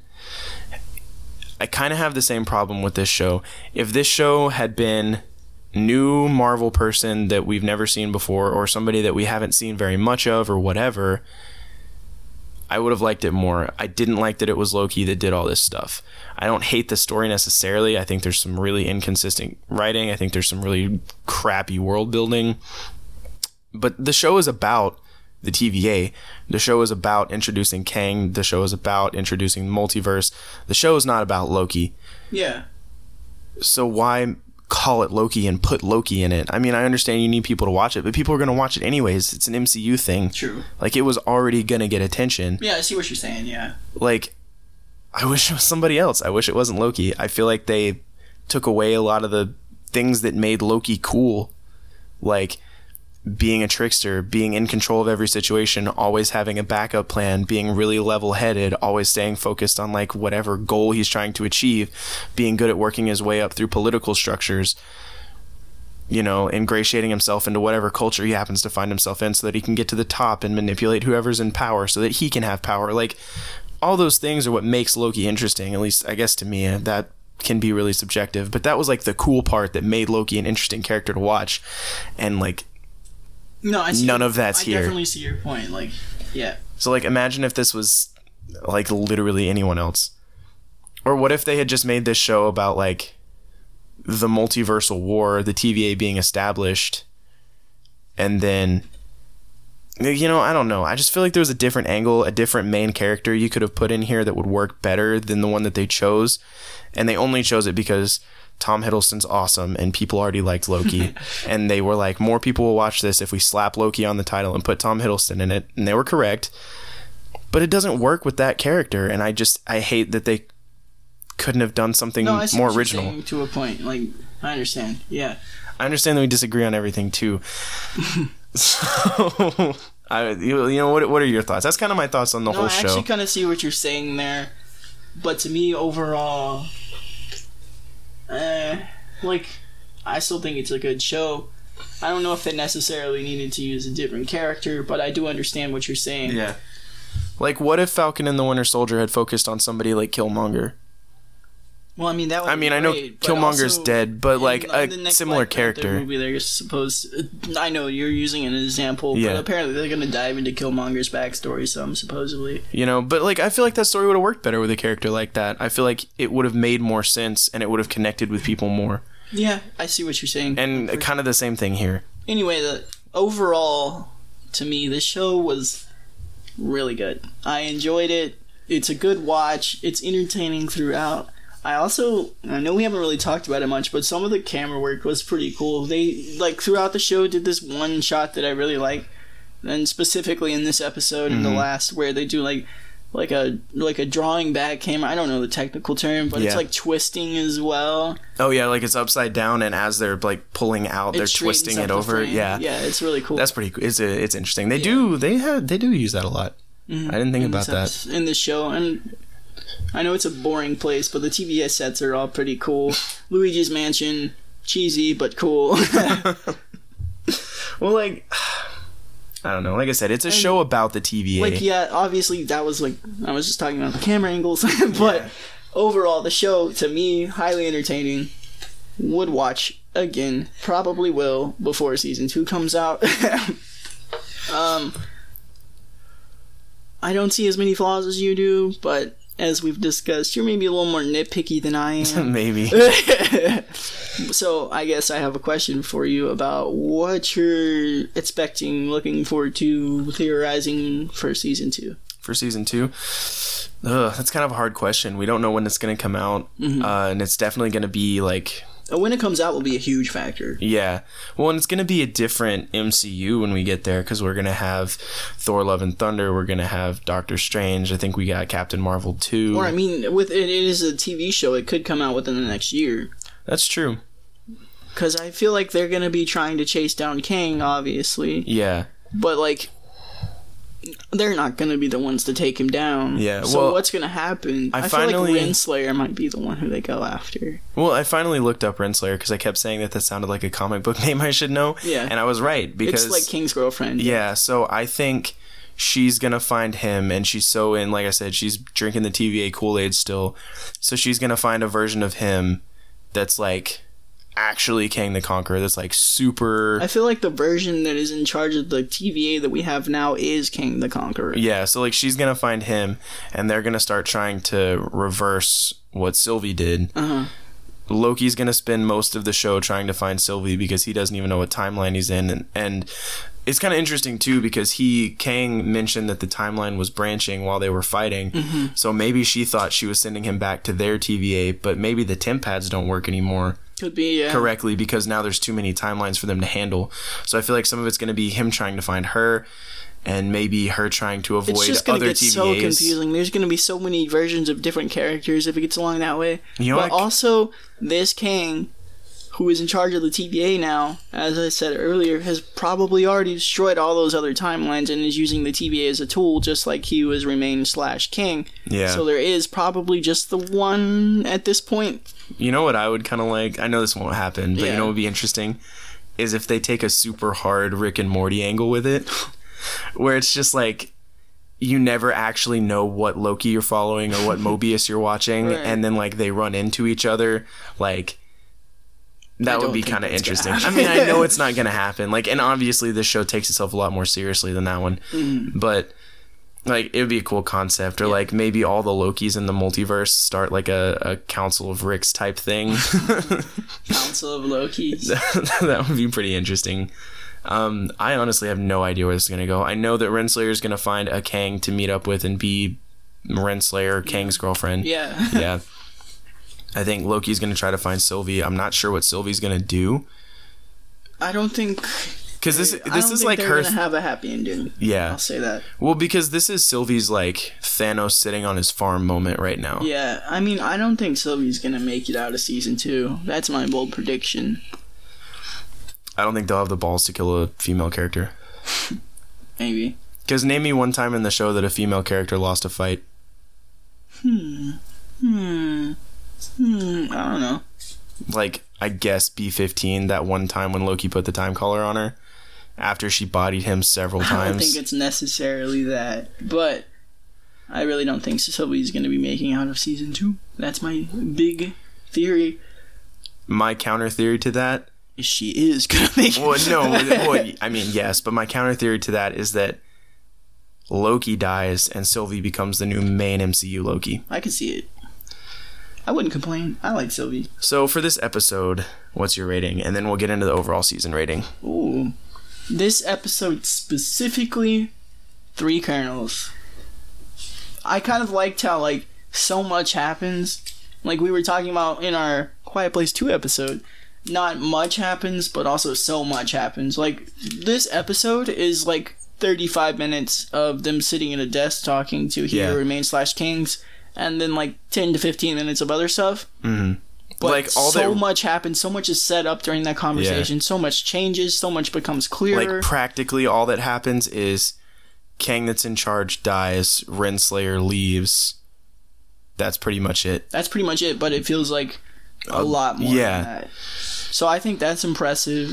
Speaker 1: I kind of have the same problem with this show. If this show had been new Marvel person that we've never seen before or somebody that we haven't seen very much of or whatever, I would have liked it more. I didn't like that it was Loki that did all this stuff. I don't hate the story necessarily. I think there's some really inconsistent writing. I think there's some really crappy world building. But the show is about the TVA. The show is about introducing Kang. The show is about introducing multiverse. The show is not about Loki.
Speaker 2: Yeah.
Speaker 1: So why call it Loki and put Loki in it? I mean, I understand you need people to watch it, but people are going to watch it anyways. It's an MCU thing.
Speaker 2: True.
Speaker 1: Like it was already going to get attention
Speaker 2: Yeah, I see what you're saying. Yeah.
Speaker 1: like I wish it was somebody else. I wish it wasn't Loki. I feel like they took away a lot of the things that made Loki cool, like being a trickster, being in control of every situation, always having a backup plan, being really level-headed, always staying focused on like whatever goal he's trying to achieve, being good at working his way up through political structures, you know, ingratiating himself into whatever culture he happens to find himself in so that he can get to the top and manipulate whoever's in power so that he can have power. Like all those things are what makes Loki interesting, at least I guess to me. uh, That can be really subjective, but that was like the cool part that made Loki an interesting character to watch. And like
Speaker 2: No, I see.
Speaker 1: None of that's
Speaker 2: I
Speaker 1: here.
Speaker 2: definitely see your point. Like, yeah.
Speaker 1: so like imagine if this was like literally anyone else. Or what if they had just made this show about like the multiversal war, the TVA being established, and then you know, I don't know. I just feel like there was a different angle, a different main character you could have put in here that would work better than the one that they chose. And they only chose it because Tom Hiddleston's awesome and people already liked Loki. and they were like, more people will watch this if we slap Loki on the title and put Tom Hiddleston in it. And they were correct. But it doesn't work with that character. And I just, I hate that they couldn't have done something
Speaker 2: No, I see
Speaker 1: more
Speaker 2: what you're
Speaker 1: original.
Speaker 2: saying to a point. Like, I understand. Yeah.
Speaker 1: I understand that we disagree on everything too. so, I, you you know, what, what are your thoughts? That's kind of my thoughts on the
Speaker 2: No,
Speaker 1: whole
Speaker 2: I actually
Speaker 1: show.
Speaker 2: kind of see what you're saying there, but to me, overall, eh, like, I still think it's a good show. I don't know if it necessarily needed to use a different character, but I do understand what you're saying.
Speaker 1: Yeah. Like, what if Falcon and the Winter Soldier had focused on somebody like Killmonger?
Speaker 2: Well, I mean that. Would
Speaker 1: I
Speaker 2: be
Speaker 1: mean, I know
Speaker 2: great, but
Speaker 1: Killmonger's
Speaker 2: also
Speaker 1: dead, but
Speaker 2: in
Speaker 1: like
Speaker 2: the-
Speaker 1: a
Speaker 2: in the next
Speaker 1: similar
Speaker 2: Black Panther
Speaker 1: character.
Speaker 2: Movie they're supposed. I know you're using an example,
Speaker 1: Yeah.
Speaker 2: but apparently they're gonna dive into Killmonger's backstory some, supposedly.
Speaker 1: you know but like i feel like that story would have worked better with a character like that i feel like it would have made more sense and it would have connected with people more
Speaker 2: Yeah, I see what you're saying.
Speaker 1: and kind of the same thing here
Speaker 2: anyway, the overall to me, this show was really good. I enjoyed it. It's a good watch. It's entertaining throughout. I also I know we haven't really talked about it much, but some of the camera work was pretty cool. They like throughout the show did this one shot that I really like, and specifically in this episode and the
Speaker 1: Mm-hmm.
Speaker 2: last where they do like like a like a drawing back camera. I don't know the technical term, but it's
Speaker 1: Yeah.
Speaker 2: like twisting as well.
Speaker 1: oh yeah like it's upside down and as they're like pulling out
Speaker 2: It
Speaker 1: they're
Speaker 2: straightens
Speaker 1: twisting
Speaker 2: up
Speaker 1: it
Speaker 2: the
Speaker 1: over
Speaker 2: frame.
Speaker 1: yeah.
Speaker 2: yeah, it's really cool.
Speaker 1: that's pretty cool it's, a, it's interesting they do they have they do use that a lot i didn't think about that
Speaker 2: sets Mm-hmm. in this show and I know it's a boring place, but the TBS sets are all pretty cool. Luigi's Mansion, cheesy but cool.
Speaker 1: well like i don't know like i said it's a show about the tva
Speaker 2: like yeah, obviously that was like I was just talking about the camera angles, but overall the show to me highly entertaining. Would watch again, probably will before season 2 comes out. um I don't see as many flaws as you do, but as we've discussed, you're maybe a little more nitpicky than I am.
Speaker 1: maybe
Speaker 2: so I guess I have a question for you about what you're expecting, looking forward to, theorizing for season two.
Speaker 1: for season two? Ugh, that's kind of a hard question. We don't know when it's going to come out, uh, and it's definitely going to be like,
Speaker 2: Uh, When it comes out, will be a huge factor.
Speaker 1: yeah, well, and it's going to be a different MCU when we get there because we're going to have Thor: Love and Thunder. We're going to have Doctor Strange. I think we got Captain Marvel too.
Speaker 2: Or I mean, with it, it is a TV show. It could come out within the next year.
Speaker 1: That's true.
Speaker 2: Because I feel like they're gonna be trying to chase down Kang, obviously.
Speaker 1: Yeah,
Speaker 2: But like, they're not gonna be the ones to take him down.
Speaker 1: Yeah,
Speaker 2: So
Speaker 1: well,
Speaker 2: what's gonna happen?
Speaker 1: I
Speaker 2: I, feel like
Speaker 1: finally-
Speaker 2: Renslayer might be the one who they go after.
Speaker 1: Well, I finally looked up Renslayer because I kept saying that that sounded like a comic book name I should know.
Speaker 2: Yeah.
Speaker 1: And I was right because
Speaker 2: it's like King's girlfriend.
Speaker 1: Yeah, so I think she's gonna find him, and she's so in. Like I said, she's drinking the TVA Kool Aid still, so she's gonna find a version of him that's like actually Kang the Conqueror. That's like super.
Speaker 2: I feel like the version that is in charge of the TVA that we have now is King the Conqueror.
Speaker 1: yeah, so like she's gonna find him, and they're gonna start trying to reverse what Sylvie did.
Speaker 2: Uh-huh.
Speaker 1: Loki's gonna spend most of the show trying to find Sylvie because he doesn't even know what timeline he's in, and, and it's kind of interesting too because he Kang mentioned that the timeline was branching while they were fighting,
Speaker 2: Mm-hmm.
Speaker 1: so maybe she thought she was sending him back to their TVA, but maybe the temp pads don't work anymore
Speaker 2: Could be yeah.
Speaker 1: correctly because now there's too many timelines for them to handle. So I feel like some of it's gonna be him trying to find her, and maybe her trying to avoid
Speaker 2: It's just gonna
Speaker 1: other
Speaker 2: get
Speaker 1: TVAs.
Speaker 2: so confusing. There's gonna be so many versions of different characters if it gets along that way.
Speaker 1: You know
Speaker 2: but
Speaker 1: what?
Speaker 2: also, this king, who is in charge of the TVA now, as I said earlier, has probably already destroyed all those other timelines and is using the TVA as a tool, just like he was Remain slash King.
Speaker 1: Yeah.
Speaker 2: So there is probably just the one at this point.
Speaker 1: You know what I would kind of like? I know this won't happen, but you
Speaker 2: Yeah.
Speaker 1: know what would be interesting? Is if they take a super hard Rick and Morty angle with it, where it's just like you never actually know what Loki you're following or what Mobius you're watching,
Speaker 2: Right.
Speaker 1: and then like they run into each other. Like, that would
Speaker 2: don't
Speaker 1: be
Speaker 2: think
Speaker 1: kind of
Speaker 2: that's gonna
Speaker 1: interesting. I
Speaker 2: happen.
Speaker 1: mean, I know it's not going to happen. Like, and obviously this show takes itself a lot more seriously than that one,
Speaker 2: Mm.
Speaker 1: but like it would be a cool concept or like maybe all the lokis in the multiverse start like a, a council of ricks type thing
Speaker 2: Council of Loki.
Speaker 1: that would be pretty interesting um, i honestly have no idea where this is going to go i know that renslayer is going to find a kang to meet up with and be renslayer kang's girlfriend
Speaker 2: Yeah.
Speaker 1: yeah. i think loki's going to try to find sylvie i'm not sure what sylvie's going to do
Speaker 2: I don't think.
Speaker 1: because this,
Speaker 2: I
Speaker 1: this
Speaker 2: don't
Speaker 1: is
Speaker 2: think
Speaker 1: like
Speaker 2: they're
Speaker 1: her
Speaker 2: gonna have a happy ending.
Speaker 1: yeah
Speaker 2: I'll say that.
Speaker 1: well because this is sylvie's like thanos sitting on his farm moment right now
Speaker 2: Yeah, I mean, I don't think Sylvie's gonna make it out of season two. That's my bold prediction.
Speaker 1: i don't think they'll have the balls to kill a female character
Speaker 2: Maybe.
Speaker 1: Because name me one time in the show that a female character lost a fight.
Speaker 2: Hmm. Hmm. I don't know.
Speaker 1: Like, I guess B15, that one time when Loki put the time collar on her after she bodied him several
Speaker 2: I don't
Speaker 1: times.
Speaker 2: think it's necessarily that, but I really don't think Sylvie's gonna be making out of season two. That's my big theory.
Speaker 1: My counter theory to that.
Speaker 2: She is gonna make.
Speaker 1: Well, no. well, I mean, yes, but my counter theory to that is that Loki dies and Sylvie becomes the new main MCU Loki.
Speaker 2: I can see it. I wouldn't complain. I like Sylvie.
Speaker 1: So, for this episode, what's your rating? And then we'll get into the overall season rating.
Speaker 2: Ooh. This episode specifically, three kernels. I kind of liked how like so much happens. Like we were talking about in our Quiet Place 2 episode. Not much happens, but also so much happens. Like this episode is like 35 minutes of them sitting at a desk talking to Hero
Speaker 1: Yeah.
Speaker 2: Remain slash Kings, and then like 10 to 15 minutes of other stuff. But
Speaker 1: Like, all
Speaker 2: so
Speaker 1: that-
Speaker 2: much happens, so much is set up during that conversation, so much changes, so much becomes clearer.
Speaker 1: like practically all that happens is Kang that's in charge dies, Renslayer leaves. That's pretty much it.
Speaker 2: that's pretty much it, but it feels like a lot more.
Speaker 1: Uh, yeah.
Speaker 2: Yeah. Than that. So I think that's impressive.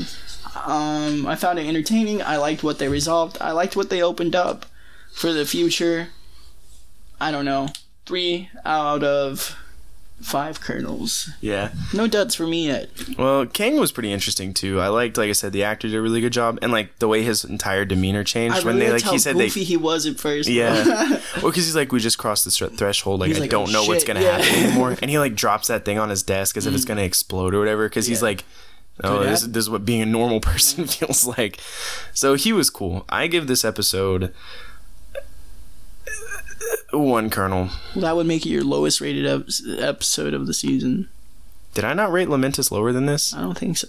Speaker 2: Um, I found it entertaining. I liked what they resolved. I liked what they opened up for the future. I don't know. Three out of five kernels.
Speaker 1: Yeah.
Speaker 2: No duds for me yet.
Speaker 1: Well, Kang was pretty interesting too. I liked, like I said, the actor did a really good job, and like the way his entire demeanor changed
Speaker 2: I
Speaker 1: when
Speaker 2: really
Speaker 1: they like
Speaker 2: how
Speaker 1: he said
Speaker 2: goofy
Speaker 1: they.
Speaker 2: he was at first.
Speaker 1: Yeah, well, because he's like, we just crossed this threshold. Like,
Speaker 2: He's
Speaker 1: I
Speaker 2: like,
Speaker 1: don't
Speaker 2: "Oh,
Speaker 1: know what's
Speaker 2: shit,
Speaker 1: gonna
Speaker 2: yeah." Mm.
Speaker 1: happen anymore. And he like drops that thing on his desk as if it's gonna explode or whatever. Because he's
Speaker 2: Yeah.
Speaker 1: like, oh, this,
Speaker 2: happen.
Speaker 1: this is what being a normal person feels like. So he was cool. I give this episode uh, one kernel.
Speaker 2: Well, that would make it your lowest rated ep- episode of the season.
Speaker 1: Did I not rate Lamentus lower than this?
Speaker 2: I don't think so.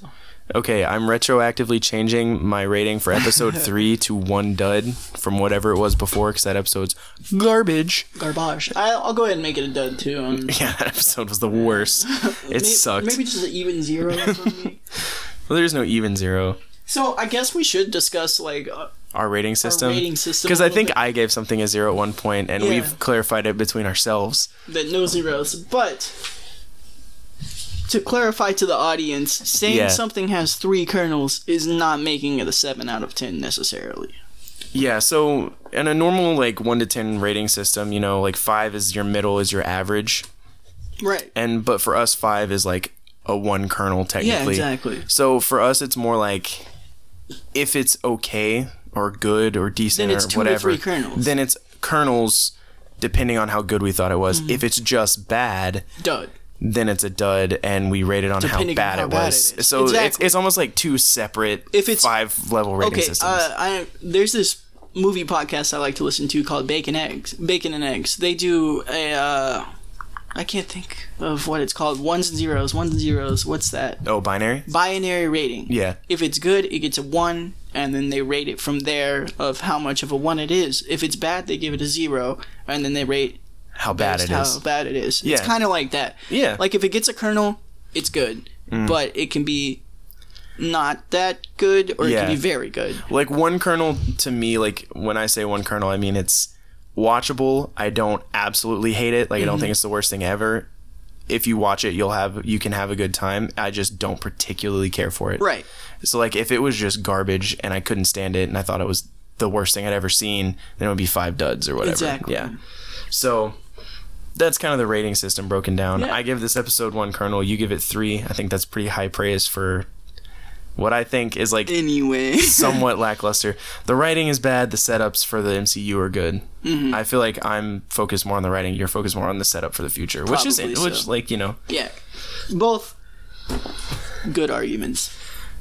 Speaker 1: Okay, I'm retroactively changing my rating for episode three to one dud from whatever it was before, because that episode's garbage.
Speaker 2: Garbage. I, I'll go ahead and make it a dud too. Um,
Speaker 1: Yeah, that episode was the worst. It
Speaker 2: may-
Speaker 1: sucked.
Speaker 2: Maybe just an even zero for me.
Speaker 1: Well, there's no even zero.
Speaker 2: So I guess we should discuss like uh,
Speaker 1: our rating system.
Speaker 2: rating system
Speaker 1: Because
Speaker 2: a
Speaker 1: I
Speaker 2: little
Speaker 1: think
Speaker 2: bit.
Speaker 1: I gave something a zero at one point, and
Speaker 2: Yeah.
Speaker 1: we've clarified it between ourselves.
Speaker 2: that no zeros. But to clarify to the audience, saying
Speaker 1: Yeah.
Speaker 2: something has three kernels is not making it a seven out of ten necessarily.
Speaker 1: Yeah, so in a normal like one to ten rating system, you know, like five is your middle, is your average,
Speaker 2: Right.
Speaker 1: and but for us, five is like a one kernel technically.
Speaker 2: Yeah, exactly.
Speaker 1: So for us, it's more like if it's okay or good or decent
Speaker 2: Then it's
Speaker 1: or
Speaker 2: two or
Speaker 1: whatever,
Speaker 2: three kernels.
Speaker 1: then it's kernels depending on how good we thought it was.
Speaker 2: Mm-hmm.
Speaker 1: If it's just bad,
Speaker 2: Dud.
Speaker 1: then it's a dud, and we rate it on
Speaker 2: Depending on
Speaker 1: how bad
Speaker 2: how
Speaker 1: it
Speaker 2: bad
Speaker 1: was.
Speaker 2: it is.
Speaker 1: so it's,
Speaker 2: Exactly.
Speaker 1: it's almost like two separate
Speaker 2: If it's-
Speaker 1: five level rating
Speaker 2: Okay.
Speaker 1: systems.
Speaker 2: Uh, I there's this movie podcast I like to listen to called Bacon Eggs. Bacon and Eggs. They do a. Uh, I can't think of what it's called. Ones and zeros. Ones and zeros. What's that?
Speaker 1: oh, binary.
Speaker 2: binary rating.
Speaker 1: Yeah.
Speaker 2: If it's good, it gets a one, and then they rate it from there of how much of a one it is. If it's bad, they give it a zero, and then they rate
Speaker 1: How bad
Speaker 2: just
Speaker 1: it
Speaker 2: how
Speaker 1: is.
Speaker 2: bad it is. It's
Speaker 1: Yeah.
Speaker 2: kind of like that.
Speaker 1: Yeah. Mm.
Speaker 2: Like if it gets a kernel, it's good, but it can be not that good, or it
Speaker 1: Yeah.
Speaker 2: can be very good.
Speaker 1: like one kernel to me like when i say one kernel i mean it's watchable i don't absolutely hate it like i don't
Speaker 2: Mm-hmm.
Speaker 1: think it's the worst thing ever if you watch it you'll have you can have a good time i just don't particularly care for it
Speaker 2: Right.
Speaker 1: so like if it was just garbage and i couldn't stand it and i thought it was the worst thing i'd ever seen then it would be five duds or whatever
Speaker 2: Exactly.
Speaker 1: yeah so that's kind of the rating system broken down
Speaker 2: Yeah.
Speaker 1: i give this episode one kernel you give it three i think that's pretty high praise for what i think is like
Speaker 2: Anyway.
Speaker 1: somewhat lackluster. The writing is bad. The setups for the MCU are good.
Speaker 2: Mm-hmm.
Speaker 1: I feel like I'm focused more on the writing. You're focused more on the setup for the future, which is
Speaker 2: Probably
Speaker 1: which
Speaker 2: so.
Speaker 1: like you know.
Speaker 2: yeah. Both good arguments.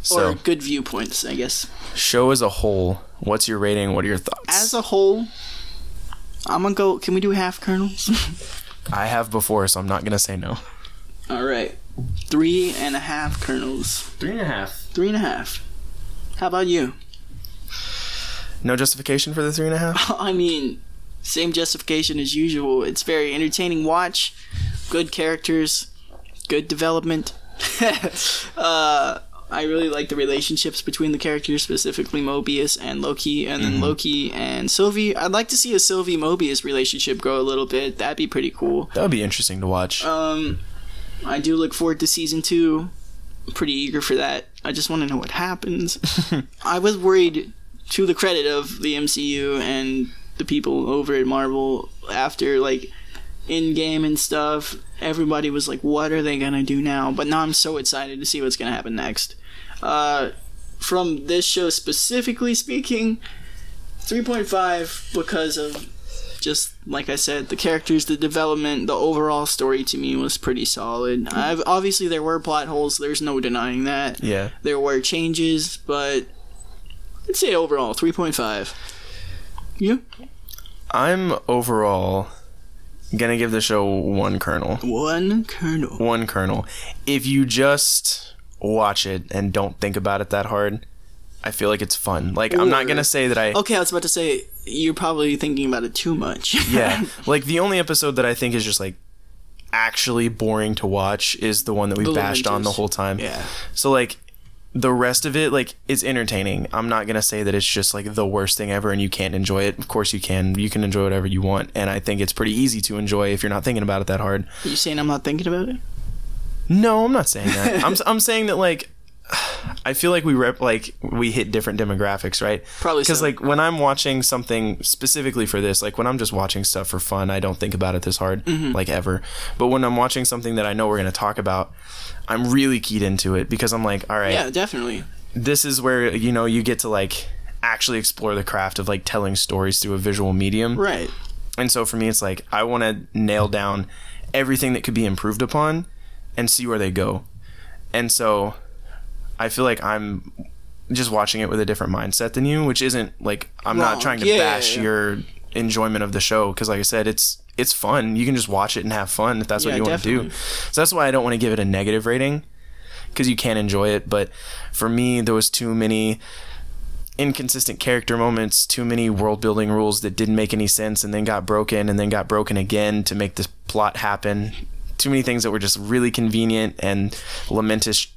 Speaker 1: So
Speaker 2: Or good viewpoints, I guess.
Speaker 1: show as a whole. What's your rating? What are your thoughts?
Speaker 2: As a whole, I'm gonna go. Can we do half kernels?
Speaker 1: I have before, so I'm not gonna say no.
Speaker 2: All right. Three and a half kernels.
Speaker 1: Three and a half.
Speaker 2: Three and a half. How about you?
Speaker 1: No justification for the three and a half.
Speaker 2: I mean, same justification as usual. It's very entertaining watch, good characters, good development. uh, I really like the relationships between the characters, specifically Mobius and Loki, and then Loki and Sylvie. I'd like to see a Sylvie Mobius relationship grow a little bit. That'd be pretty cool.
Speaker 1: That would be interesting to watch.
Speaker 2: Um, I do look forward to season two. I'm pretty eager for that. I just want to know what happens. I was worried, to the credit of the MCU and the people over at Marvel, after like in game and stuff, everybody was like, "What are they gonna do now?" But now I'm so excited to see what's gonna happen next. Uh, from this show specifically speaking, 3.5 because of just like I said, the characters, the development, the overall story to me was pretty solid.
Speaker 1: Hmm.
Speaker 2: I've, obviously, there were plot holes. There's no denying that.
Speaker 1: yeah.
Speaker 2: There were changes, but I'd say overall 3.5. You?
Speaker 1: I'm overall gonna give the show one kernel.
Speaker 2: One kernel.
Speaker 1: one kernel. If you just watch it and don't think about it that hard, I feel like it's fun. Like I'm
Speaker 2: Or-
Speaker 1: not gonna say that I
Speaker 2: Okay, I was about to say you're probably thinking about it too much.
Speaker 1: yeah. Like the only episode that I think is just like actually boring to watch is the one that we
Speaker 2: Little
Speaker 1: bashed on the
Speaker 2: Avengers.
Speaker 1: whole time.
Speaker 2: yeah.
Speaker 1: So like the rest of it like is entertaining. I'm not going to say that it's just like the worst thing ever and you can't enjoy it. Of course you can. You can enjoy whatever you want and I think it's pretty easy to enjoy if you're not thinking about it that hard.
Speaker 2: You saying I'm not thinking about it?
Speaker 1: No, I'm not saying that. I'm I'm saying that like I feel like we rep like we hit different demographics, right?
Speaker 2: Probably
Speaker 1: because
Speaker 2: so.
Speaker 1: like when I'm watching something specifically for this, like when I'm just watching stuff for fun, I don't think about it this hard,
Speaker 2: Mm-hmm.
Speaker 1: like ever. But when I'm watching something that I know we're gonna talk about, I'm really keyed into it because I'm like, all right,
Speaker 2: Yeah, definitely.
Speaker 1: this is where you know you get to like actually explore the craft of like telling stories through a visual medium,
Speaker 2: Right.
Speaker 1: and so for me, it's like I want to nail down everything that could be improved upon and see where they go. And so I feel like I'm just watching it with a different mindset than you, which isn't like I'm
Speaker 2: Wrong.
Speaker 1: not trying to
Speaker 2: Yeah, yeah,
Speaker 1: bash
Speaker 2: yeah.
Speaker 1: your enjoyment of the show because like I said, it's it's fun. You can just watch it and have fun if that's
Speaker 2: Yeah,
Speaker 1: what you want to do.
Speaker 2: definitely.
Speaker 1: So that's why I don't want to give it a negative rating because you can enjoy it. But for me, there was too many inconsistent character moments, too many world building rules that didn't make any sense and then got broken and then got broken again to make this plot happen. Too many things that were just really convenient and lamentous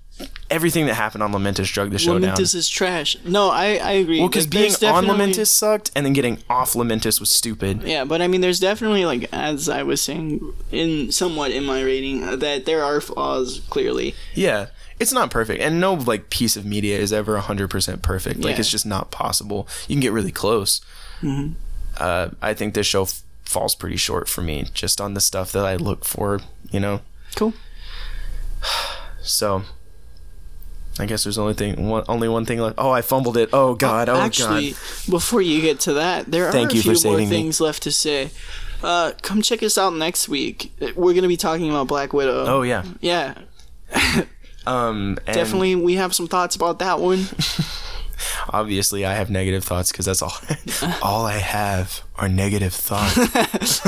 Speaker 1: everything that happened on Lamentus drug the show down.
Speaker 2: Lamentus is trash. No, I, I agree.
Speaker 1: Well, because
Speaker 2: Like,
Speaker 1: being
Speaker 2: there's
Speaker 1: on
Speaker 2: definitely-
Speaker 1: Lamentus sucked, and then getting off Lamentus was stupid.
Speaker 2: Yeah, but I mean, there's definitely like, as I was saying, in somewhat in my rating, uh, that there are flaws clearly.
Speaker 1: Yeah, it's not perfect, and no like piece of media is ever hundred percent perfect. Like
Speaker 2: Yeah. Mm-hmm.
Speaker 1: it's just not possible. You can get really close. Uh, I think this show f- falls pretty short for me, just on the stuff that I look for. You know,
Speaker 2: Cool.
Speaker 1: so. I guess there's only thing, one, only one thing left. Oh, I fumbled it. Oh God. Oh
Speaker 2: Uh, Actually,
Speaker 1: God.
Speaker 2: before you get to that, there
Speaker 1: Thank
Speaker 2: are a
Speaker 1: you for
Speaker 2: few more
Speaker 1: saving me.
Speaker 2: things left to say. Uh, come check us out next week. Uh, We're gonna be talking about Black Widow.
Speaker 1: Oh yeah.
Speaker 2: yeah,
Speaker 1: Um. and
Speaker 2: mm, definitely. We have some thoughts about that one.
Speaker 1: Obviously, I have negative thoughts because that's all. all I have are negative thoughts.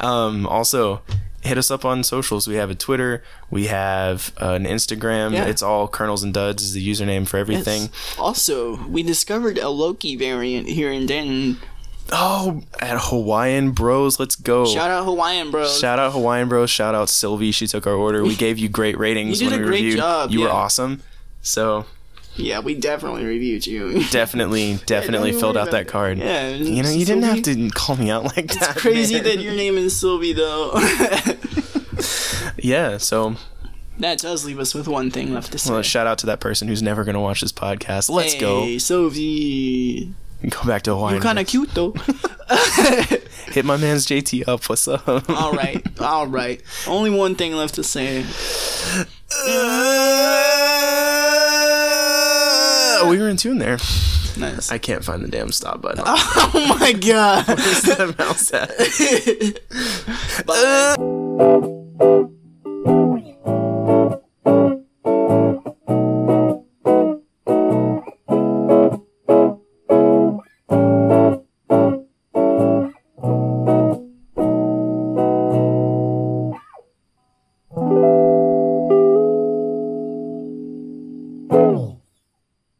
Speaker 1: um. Also, hit us up on socials. We have a Twitter. We have uh, an Instagram.
Speaker 2: Yeah.
Speaker 1: It's all Colonels and Duds is the username for everything.
Speaker 2: Also, we discovered a Loki variant here in Denton.
Speaker 1: Oh, at Hawaiian Bros. Let's go.
Speaker 2: Shout out Hawaiian Bros.
Speaker 1: Shout out Hawaiian Bros. Shout out Sylvie. She took our order. We gave you great ratings
Speaker 2: You did
Speaker 1: when
Speaker 2: a
Speaker 1: we
Speaker 2: great
Speaker 1: reviewed.
Speaker 2: job,
Speaker 1: you were
Speaker 2: yeah.
Speaker 1: awesome. So
Speaker 2: yeah, we definitely reviewed you.
Speaker 1: definitely, definitely
Speaker 2: even
Speaker 1: filled
Speaker 2: worry
Speaker 1: out
Speaker 2: about
Speaker 1: that
Speaker 2: it.
Speaker 1: card.
Speaker 2: Yeah,
Speaker 1: You know, you didn't
Speaker 2: Sylvie.
Speaker 1: have to call me out like that.
Speaker 2: It's crazy
Speaker 1: man.
Speaker 2: that your name is Sylvie, though.
Speaker 1: Yeah, so
Speaker 2: that does leave us with one thing left to say.
Speaker 1: well, shout out to that person who's never going to watch this podcast. Let's go.
Speaker 2: Hey, Sylvie.
Speaker 1: Go back to Hawaii.
Speaker 2: You're kind of cute, though.
Speaker 1: Hit my man's JT up. What's up?
Speaker 2: all right, all right. Only one thing left to say.
Speaker 1: we were in tune there.
Speaker 2: Nice.
Speaker 1: I can't find the damn stop button.
Speaker 2: oh my god.
Speaker 1: Where's the mouse at?
Speaker 2: Bye.